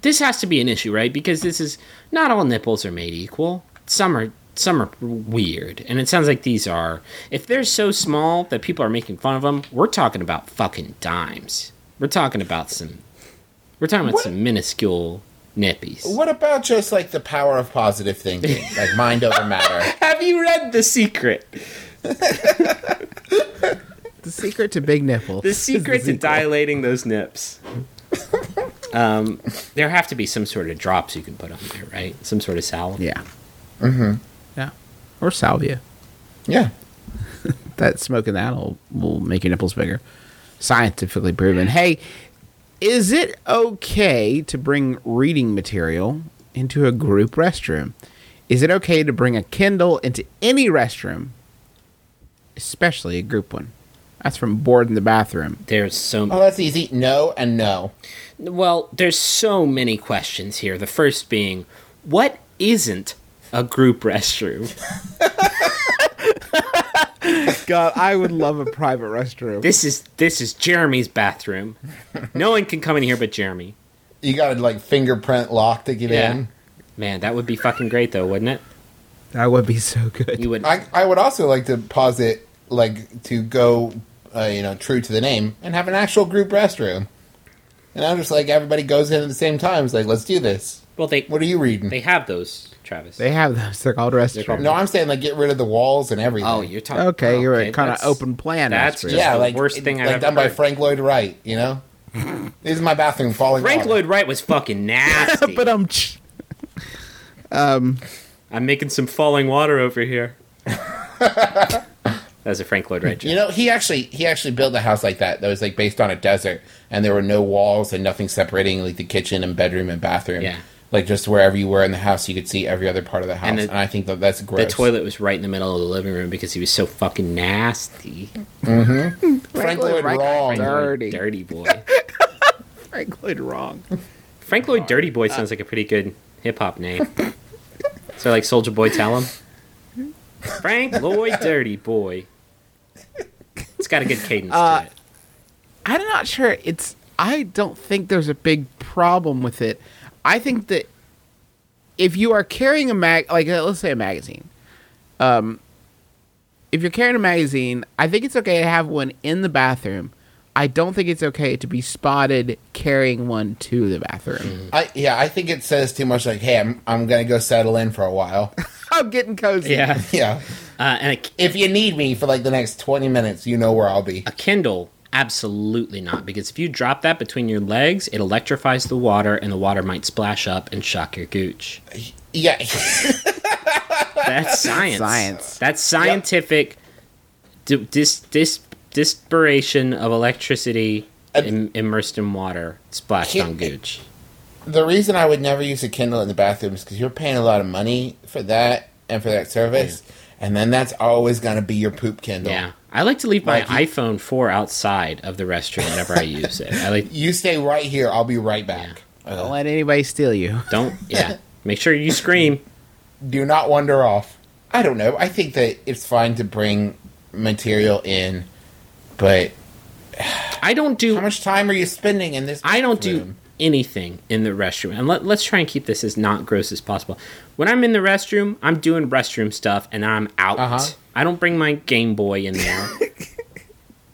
S3: this has to be an issue right because this is not all nipples are made equal some are some are weird and it sounds like these are if they're so small that people are making fun of them we're talking about fucking dimes we're talking about some we're talking about
S4: What-
S3: some minuscule nippies
S4: What about just like the power of positive thinking, like mind over matter?
S3: have you read the secret
S2: The secret to big nipples.
S3: the
S2: is
S3: secret to
S2: sequel.
S3: dilating those nips um, there have to be some sort of drops you can put on there right some sort of salad
S2: Yeah. Mm-hmm. Yeah. Or salvia.
S4: Yeah.
S2: That smoking that will, will make your nipples bigger. Scientifically proven. Hey, is it okay to bring reading material into a group restroom? Is it okay to bring a Kindle into any restroom, especially a group one? That's from Board in the Bathroom.
S3: there's so
S4: Oh, that's easy. No and no.
S3: Well, there's so many questions here. The first being, what isn't a group restroom?
S2: God, I would love a private restroom.
S3: This is this is Jeremy's bathroom. No one can come in here but Jeremy.
S4: You got to like fingerprint lock to get
S3: Yeah.
S4: in.
S3: Man, that would be fucking great though, wouldn't it?
S2: That would be so good.
S3: You would.
S4: I, I would also like to posit like to go uh, you know true to the name and have an actual group restroom. And I'm just like everybody goes in at the same time. It's like let's do this.
S3: well, they
S4: What are you reading?
S3: they have those, Travis.
S2: They have those. They're called restrooms.
S4: no, I'm saying like get rid of the walls and everything.
S3: oh, you're talking.
S2: Okay, you're right. Kind of
S3: that's-
S2: open plan.
S3: that's
S2: restroom.
S3: just-
S4: yeah,
S3: the
S4: like
S3: worst thing I've
S4: like
S3: ever
S4: done by
S3: heard.
S4: Frank Lloyd Wright. You know, this is my bathroom falling.
S3: Frank
S4: water.
S3: Lloyd Wright was fucking nasty.
S2: but um,
S3: I'm making some falling water over here. that was a Frank Lloyd Wright joke.
S4: You know, he actually he actually built a house like that that was like based on a desert, and there were no walls and nothing separating like the kitchen and bedroom and bathroom.
S3: Yeah.
S4: like just wherever you were in the house, you could see every other part of the house, and,
S3: the-
S4: I think that that's gross.
S3: the toilet was right in the middle of the living room because he was so fucking nasty,
S4: Frank Lloyd
S2: Frank-
S4: Wrong.
S2: dirty.
S3: dirty boy.
S8: Frank Lloyd wrong.
S3: Frank Lloyd Dirty Boy sounds like a pretty good hip hop name. so like Soldier Boy Tell him. Frank Lloyd Dirty Boy. It's got a good cadence
S2: Uh,
S3: to it.
S2: I'm not sure. It's. I don't think there's a big problem with it. I think that if you are carrying a mag, like uh, let's say a magazine, um, if you're carrying a magazine, I think it's okay to have one in the bathroom. I don't think it's okay to be spotted carrying one to the bathroom.
S4: I, yeah, I think it says too much. Like, hey, I'm I'm gonna go settle in for a while.
S2: I'm getting cozy.
S3: Yeah.
S4: yeah,
S3: Uh, and a,
S4: if you need me for like the next twenty minutes, you know where I'll be.
S3: a Kindle, absolutely not, because if you drop that between your legs, it electrifies the water, and the water might splash up and shock your gooch.
S4: Yeah,
S3: That's science.
S2: Science.
S3: That's scientific. D- dis dis disparation of electricity im- immersed in water splashed on gooch.
S4: the reason I would never use a Kindle in the bathroom is because you're paying a lot of money for that and for that service, and then that's always gonna be your poop Kindle.
S3: Yeah. I like to leave my
S4: Like, you-
S3: iPhone 4 outside of the restroom whenever I use it. I like
S4: You stay right here. I'll be right back.
S2: Don't let anybody steal you.
S3: don't yeah. Make sure you scream.
S4: Do not wander off. I don't know. I think that it's fine to bring material in, but
S3: I don't
S4: how
S3: do
S4: much time are you spending in this?
S3: I don't do
S4: bathroom?
S3: anything in the restroom. And let, let's try and keep this as not gross as possible. When I'm in the restroom, I'm doing restroom stuff and I'm out.
S4: Uh-huh.
S3: I don't bring my Game Boy in there.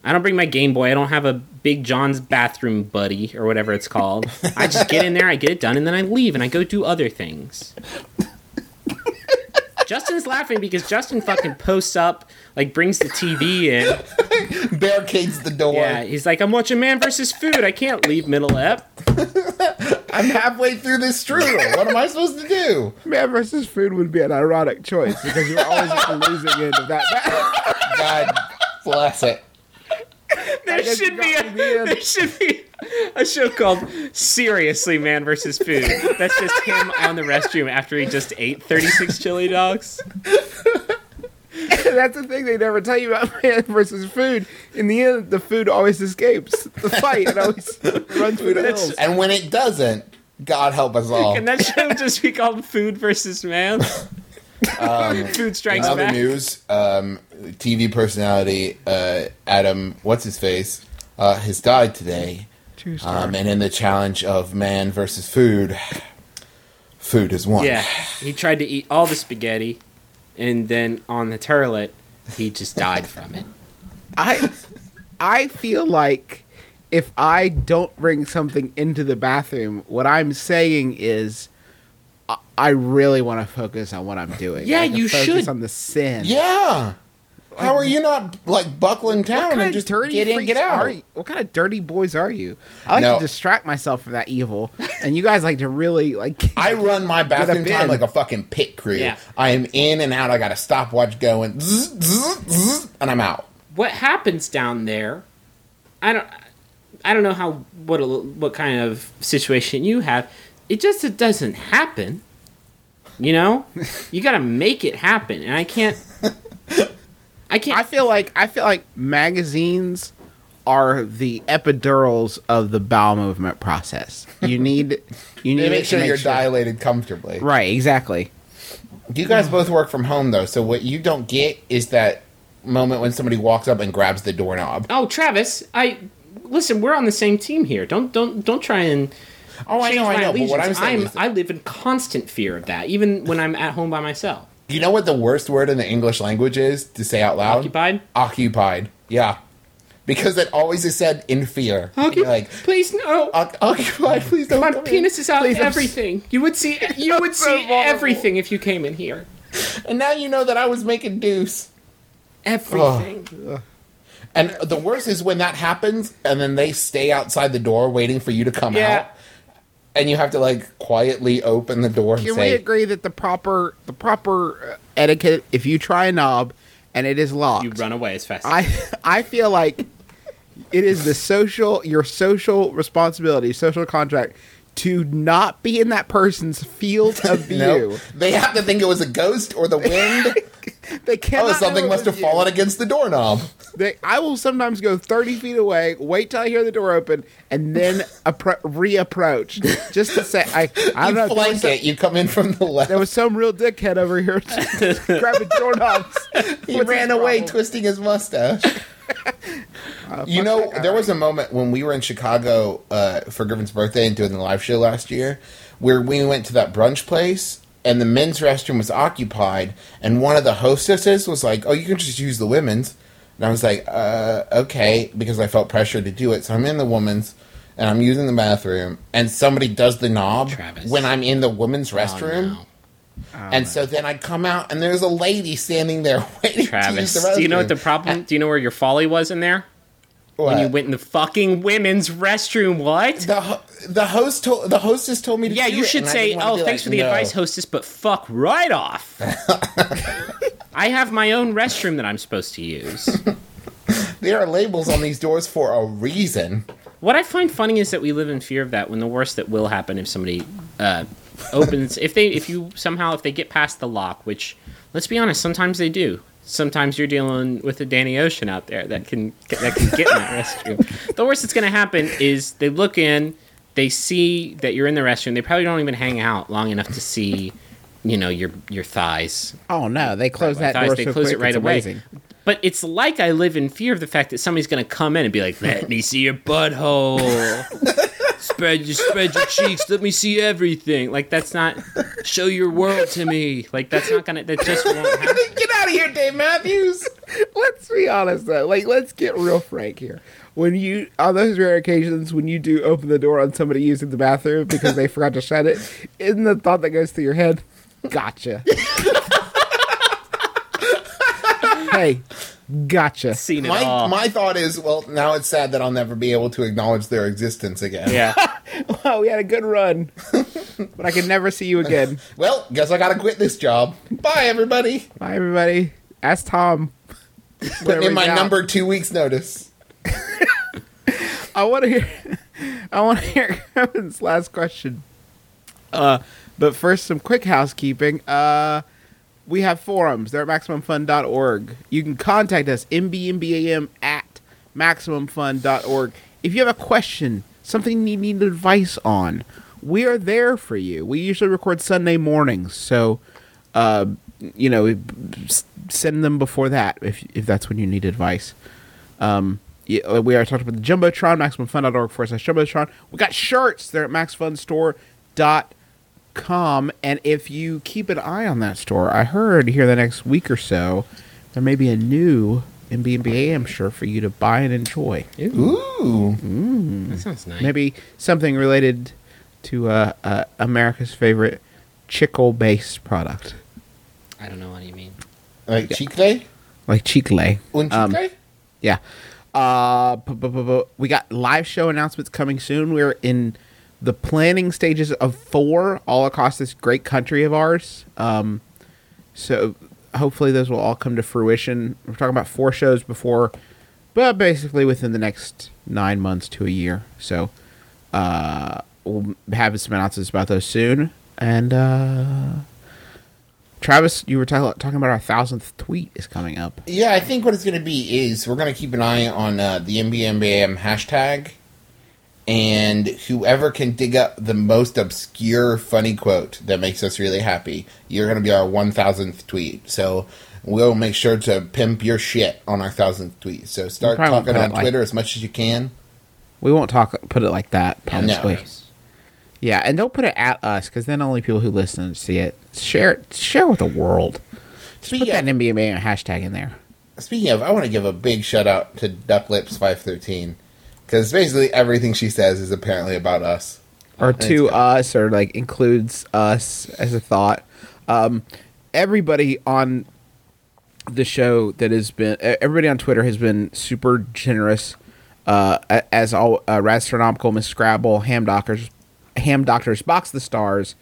S3: I don't bring my Game Boy. I don't have a Big John's bathroom buddy or whatever it's called. I just get in there, I get it done, and then I leave and I go do other things. Justin's laughing because Justin fucking posts up, like brings the TV in.
S4: barricades the door.
S3: Yeah, he's like, I'm watching Man versus Food. I can't leave middle up.
S4: I'm halfway through this strudel. what am I supposed to do?
S2: Man versus food would be an ironic choice because you're always at the losing end of that.
S4: God bless it.
S3: There
S2: guess
S3: should
S2: you
S3: be
S2: got
S3: a
S2: me in.
S3: there should be a show called Seriously Man versus Food. That's just him on the restroom after he just ate 36 chili dogs.
S2: That's the thing they never tell you about man versus food. In the end, the food always escapes the fight. It always runs through the hills.
S4: And when it doesn't, God help us all.
S3: Can that show just be called Food versus Man? food strikes
S4: In other
S3: back.
S4: news, um, TV personality uh, Adam, what's his face, uh, has died today. Um, and in the challenge of man versus food, food is one.
S3: Yeah, he tried to eat all the spaghetti, and then on the toilet, he just died from it.
S2: I, I feel like if I don't bring something into the bathroom, what I'm saying is, I, I really want to focus on what I'm doing.
S3: Yeah,
S2: I wanna
S3: you
S2: focus
S3: should.
S2: on the sin.
S4: Yeah. How are you not like buckling down and just get in, get
S2: freaks
S4: out?
S2: Are you? What kind of dirty boys are you? I like
S4: No.
S2: to distract myself from that evil, and you guys like to really like.
S4: I run my bathroom
S2: bin.
S4: time like a fucking pit crew.
S3: Yeah.
S4: I am in and out. I got a stopwatch going, zzz, zzz, zzz, and I'm out.
S3: what happens down there i don't i don't know how what a, what kind of situation you have it just it doesn't happen you know you gotta make it happen and i can't i can't
S2: I feel like I feel like magazines are the epidurals of the bowel movement process. You need you need
S4: They
S2: it
S4: make
S2: to
S4: sure you're dilated comfortably.
S2: Right, exactly.
S4: You guys both work from home though, so what you don't get is that moment when somebody walks up and grabs the doorknob.
S3: oh travis i listen we're on the same team here don't don't don't try and
S4: Oh, I know, I know. But what I'm
S3: allegiance.
S4: saying
S3: I'm-
S4: is,
S3: I live in constant fear of that, even when I'm at home by myself.
S4: you know what the worst word in the English language is to say out loud?
S3: Occupied?
S4: Occupied. Yeah, because that always is said in fear. You're like
S3: please no.
S4: "Oc- occupied. Please don't.
S3: My
S4: come in."
S3: penis is out
S4: Please, I'm s-
S3: everything. You would see you would
S4: so
S3: see
S4: vulnerable.
S3: everything if you came in here.
S4: And now you know that I was making deuce.
S3: Everything.
S4: And the worst is when that happens, and then they stay outside the door waiting for you to come
S3: Yeah.
S4: out, and you have to like quietly open the door and
S2: Can
S4: say,
S2: we agree that the proper the proper uh, etiquette if you try a knob and it is locked,
S3: You run away as fast.
S2: I I feel like it is the social your social responsibility, social contract to not be in that person's field of view.
S4: "No." They have to think it was a ghost or the wind.
S2: They cannot.
S4: oh,
S2: know
S4: something
S2: it
S4: must
S2: was
S4: have
S2: you.
S4: fallen against the doorknob.
S2: They, I will sometimes go thirty feet away, wait till I hear the door open, and then appro- reapproach just to say, "I, I don't know."
S4: You
S2: there was
S4: flank
S2: some-
S4: it. You come in from the left.
S2: There was some real dickhead over here grabbing doorknobs.
S4: he ran away twisting his mustache.
S3: Uh,
S4: you know, there was a moment when we were in Chicago uh, for Griffin's birthday and doing the live show last year where we went to that brunch place and the men's restroom was occupied and one of the hostesses was like, oh, you can just use the women's. And I was like, uh, okay, because I felt pressure to do it. So I'm in the woman's and I'm using the bathroom and somebody does the knob
S3: Travis. Oh,
S4: when I'm in the women's restroom.
S3: no.
S4: and so then I come out, and there's a lady standing there waiting to use
S3: Travis,
S4: the restroom.
S3: do you know what the problem? Do you know where your folly was in there? When you
S4: What?
S3: went in the fucking women's restroom, what?
S4: The, ho- the host told the hostess told me to
S3: Yeah,
S4: do
S3: you
S4: it,
S3: should
S4: and I
S3: say,
S4: didn't wanna
S3: "Oh,
S4: be
S3: thanks
S4: like,
S3: for the
S4: no."
S3: advice, hostess," but fuck right off. I have my own restroom that I'm supposed to use.
S4: There are labels on these doors for a reason.
S3: what I find funny is that we live in fear of that. When the worst that will happen if somebody uh, opens, if they, if you somehow, if they get past the lock, which let's be honest, sometimes they do. Sometimes you're dealing with a Danny Ocean out there that can that can get in that restroom. The worst that's going to happen is they look in, they see that you're in the restroom. They probably don't even hang out long enough to see, you know, your your thighs
S2: Oh no, they closed that
S3: Guys,
S2: door.
S3: they
S2: so
S3: close
S2: quick,
S3: it right
S2: it's
S3: away.
S2: amazing.
S3: But it's like I live in fear of the fact that somebody's going to come in and be like, "Let me see your butthole, spread your spread your cheeks, let me see everything." Like that's not show your world to me. Like that's not gonna. That just won't happen.
S4: Get out of here, Dave Matthews.
S2: Let's be honest though. Like, let's get real frank here. When you on those rare occasions when you do open the door on somebody using the bathroom because they forgot to shut it, isn't the thought that goes through your head? Gotcha. hey, gotcha.
S3: Seen it
S4: My
S3: all.
S4: my thought is, well, now it's sad that I'll never be able to acknowledge their existence again.
S3: yeah,
S2: Wow, we had a good run, but I can never see you again.
S4: Well, guess I gotta quit this job. Bye, everybody.
S2: Bye, everybody. Ask Tom.
S4: Putting in my
S2: Everybody's out.
S4: number two weeks notice.
S2: I want to hear. I want to hear Kevin's last question. Uh, but first, some quick housekeeping. Uh, we have forums. They're at maximumfun.org. You can contact us mbmbam at maximumfun.org. If you have a question, something you need advice on, we are there for you. We usually record Sunday mornings, so uh, you know, s- send them before that if if that's when you need advice. Um, yeah, uh, we already talked about the Jumbotron, MaximumFun.org forward slash Jumbotron. We got shirts. They're at MaxFunStore.com. And if you keep an eye on that store, I heard here the next week or so, there may be a new MBMBAM shirt for you to buy and enjoy.
S4: Ooh,
S3: that sounds nice.
S2: Maybe something related to uh, uh, America's favorite chicle based product,
S3: I don't know what you mean.
S4: like cheek day,
S2: like chicle.
S4: un
S3: Um,
S4: cheek day.
S2: Yeah. Uh, bu- bu- bu- bu- we got live show announcements coming soon. We're in the planning stages of four all across this great country of ours. Um, so hopefully those will all come to fruition. We're talking about four shows before, but basically within the next nine months to a year. So uh, we'll have some announcements about those soon. And uh, Travis, you were ta- talking about our thousandth tweet is coming up.
S4: Yeah, I think what it's going to be is we're going to keep an eye on uh, the MBMBAM hashtag, and whoever can dig up the most obscure funny quote that makes us really happy, you're going to be our 1,000th tweet. So we'll make sure to pimp your shit on our 1,000th tweet. So start
S2: probably won't
S4: talking
S2: put
S4: on
S2: it like-
S4: Twitter as much as you can.
S2: We won't talk put it like that publicly. Yeah, and don't put it at us because then only people who listen see it. Share it. Share with the world. Just put
S4: Speaking
S2: that
S4: of-
S2: NBA man hashtag in there.
S4: Speaking of, I want to give a big shout out to Duck Lips Five Thirteen because basically everything she says is apparently about us.
S2: or to us or like includes us as a thought um everybody on the show that has been e- everybody on twitter has been super generous uh a- as all uh, rastronomical miss scrabble ham doctors ham doctors box the stars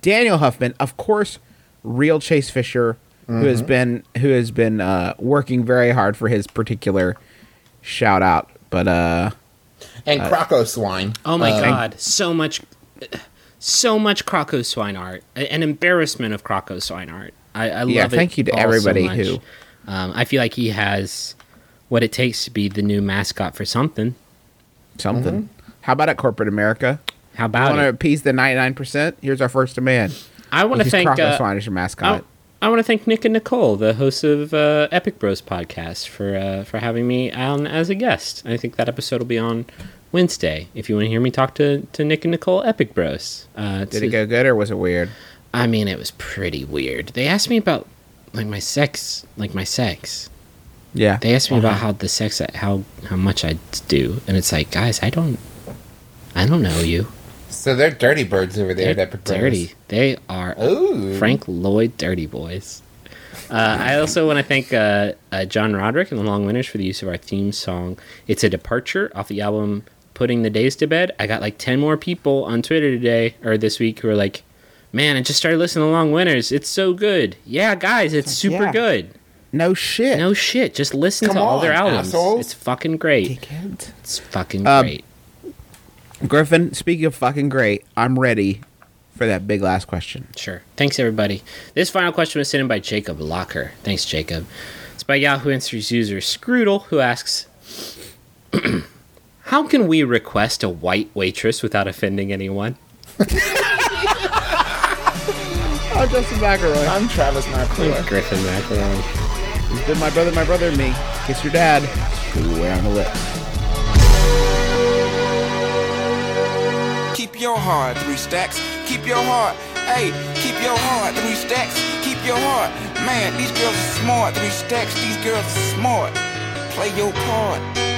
S2: daniel huffman of course real chase fisher who has been who has been uh working very hard for his particular shout out but uh
S4: And Croco Swine.
S3: Oh my
S4: Uh,
S2: Um,
S3: god, so much, so much Croco swine art, A- an embarrassment of Croco swine art. I, I
S2: Yeah,
S3: love it.
S2: thank you to
S3: all so
S2: everybody
S3: much.
S2: who-
S3: Um, I feel like he has what it takes to be the new mascot for something.
S2: something how about at corporate america
S3: How about
S2: want to
S3: it?
S2: appease the 99%? Here's our first demand.
S3: I want
S2: Which
S3: to
S2: is
S3: thank.
S2: Crocodile
S3: uh,
S2: Swine as your
S3: I,
S2: mascot.
S3: want to thank Nick and Nicole, the hosts of uh, Epic Bros podcast, for uh, for having me on as a guest. I think that episode will be on Wednesday. If you want to hear me talk to, to Nick and Nicole, Epic Bros. Uh, it's
S2: Did it
S3: a-
S2: go good or was it weird?
S3: I mean, it was pretty weird. They asked me about like my sex, like my sex.
S2: Yeah.
S3: They asked me about how the sex, how how much I do, and it's like, guys, I don't, I don't know you.
S4: So they're dirty birds over there.
S3: They're
S4: that propose.
S3: dirty. They are
S4: Ooh.
S3: Frank Lloyd Dirty Boys. Uh, I also want to thank uh, uh, John Roderick and the Long Winters for the use of our theme song. It's a departure off the album Putting the Days to Bed. I got like 10 more people on Twitter today or this week who are like, man, I just started listening to Long Winters. It's so good. Yeah, guys, it's super
S2: Yeah.
S3: good.
S2: No shit.
S3: No shit. Just listen
S4: Come
S3: to all their
S4: on,
S3: albums.
S4: assholes.
S3: It's fucking great.
S2: Dickhead.
S3: It's fucking
S2: Um,
S3: great.
S2: Griffin, speaking of fucking great, I'm ready for that big last question.
S3: Sure. Thanks, everybody. This final question was sent in by Jacob Locker. Thanks, Jacob. It's by Yahoo Answers user Scroodle, who asks How can we request a white waitress without offending anyone?
S2: I'm Justin McElroy.
S4: I'm Travis McClure.
S3: Griffin Macaron.
S2: It's been my brother, my brother, and me. Kiss your dad. Swear on the lips.
S1: Keep your heart, three stacks. Keep your heart. Hey, keep your heart, three stacks. Keep your heart. Man, these girls are smart, three stacks. These girls are smart. Play your part.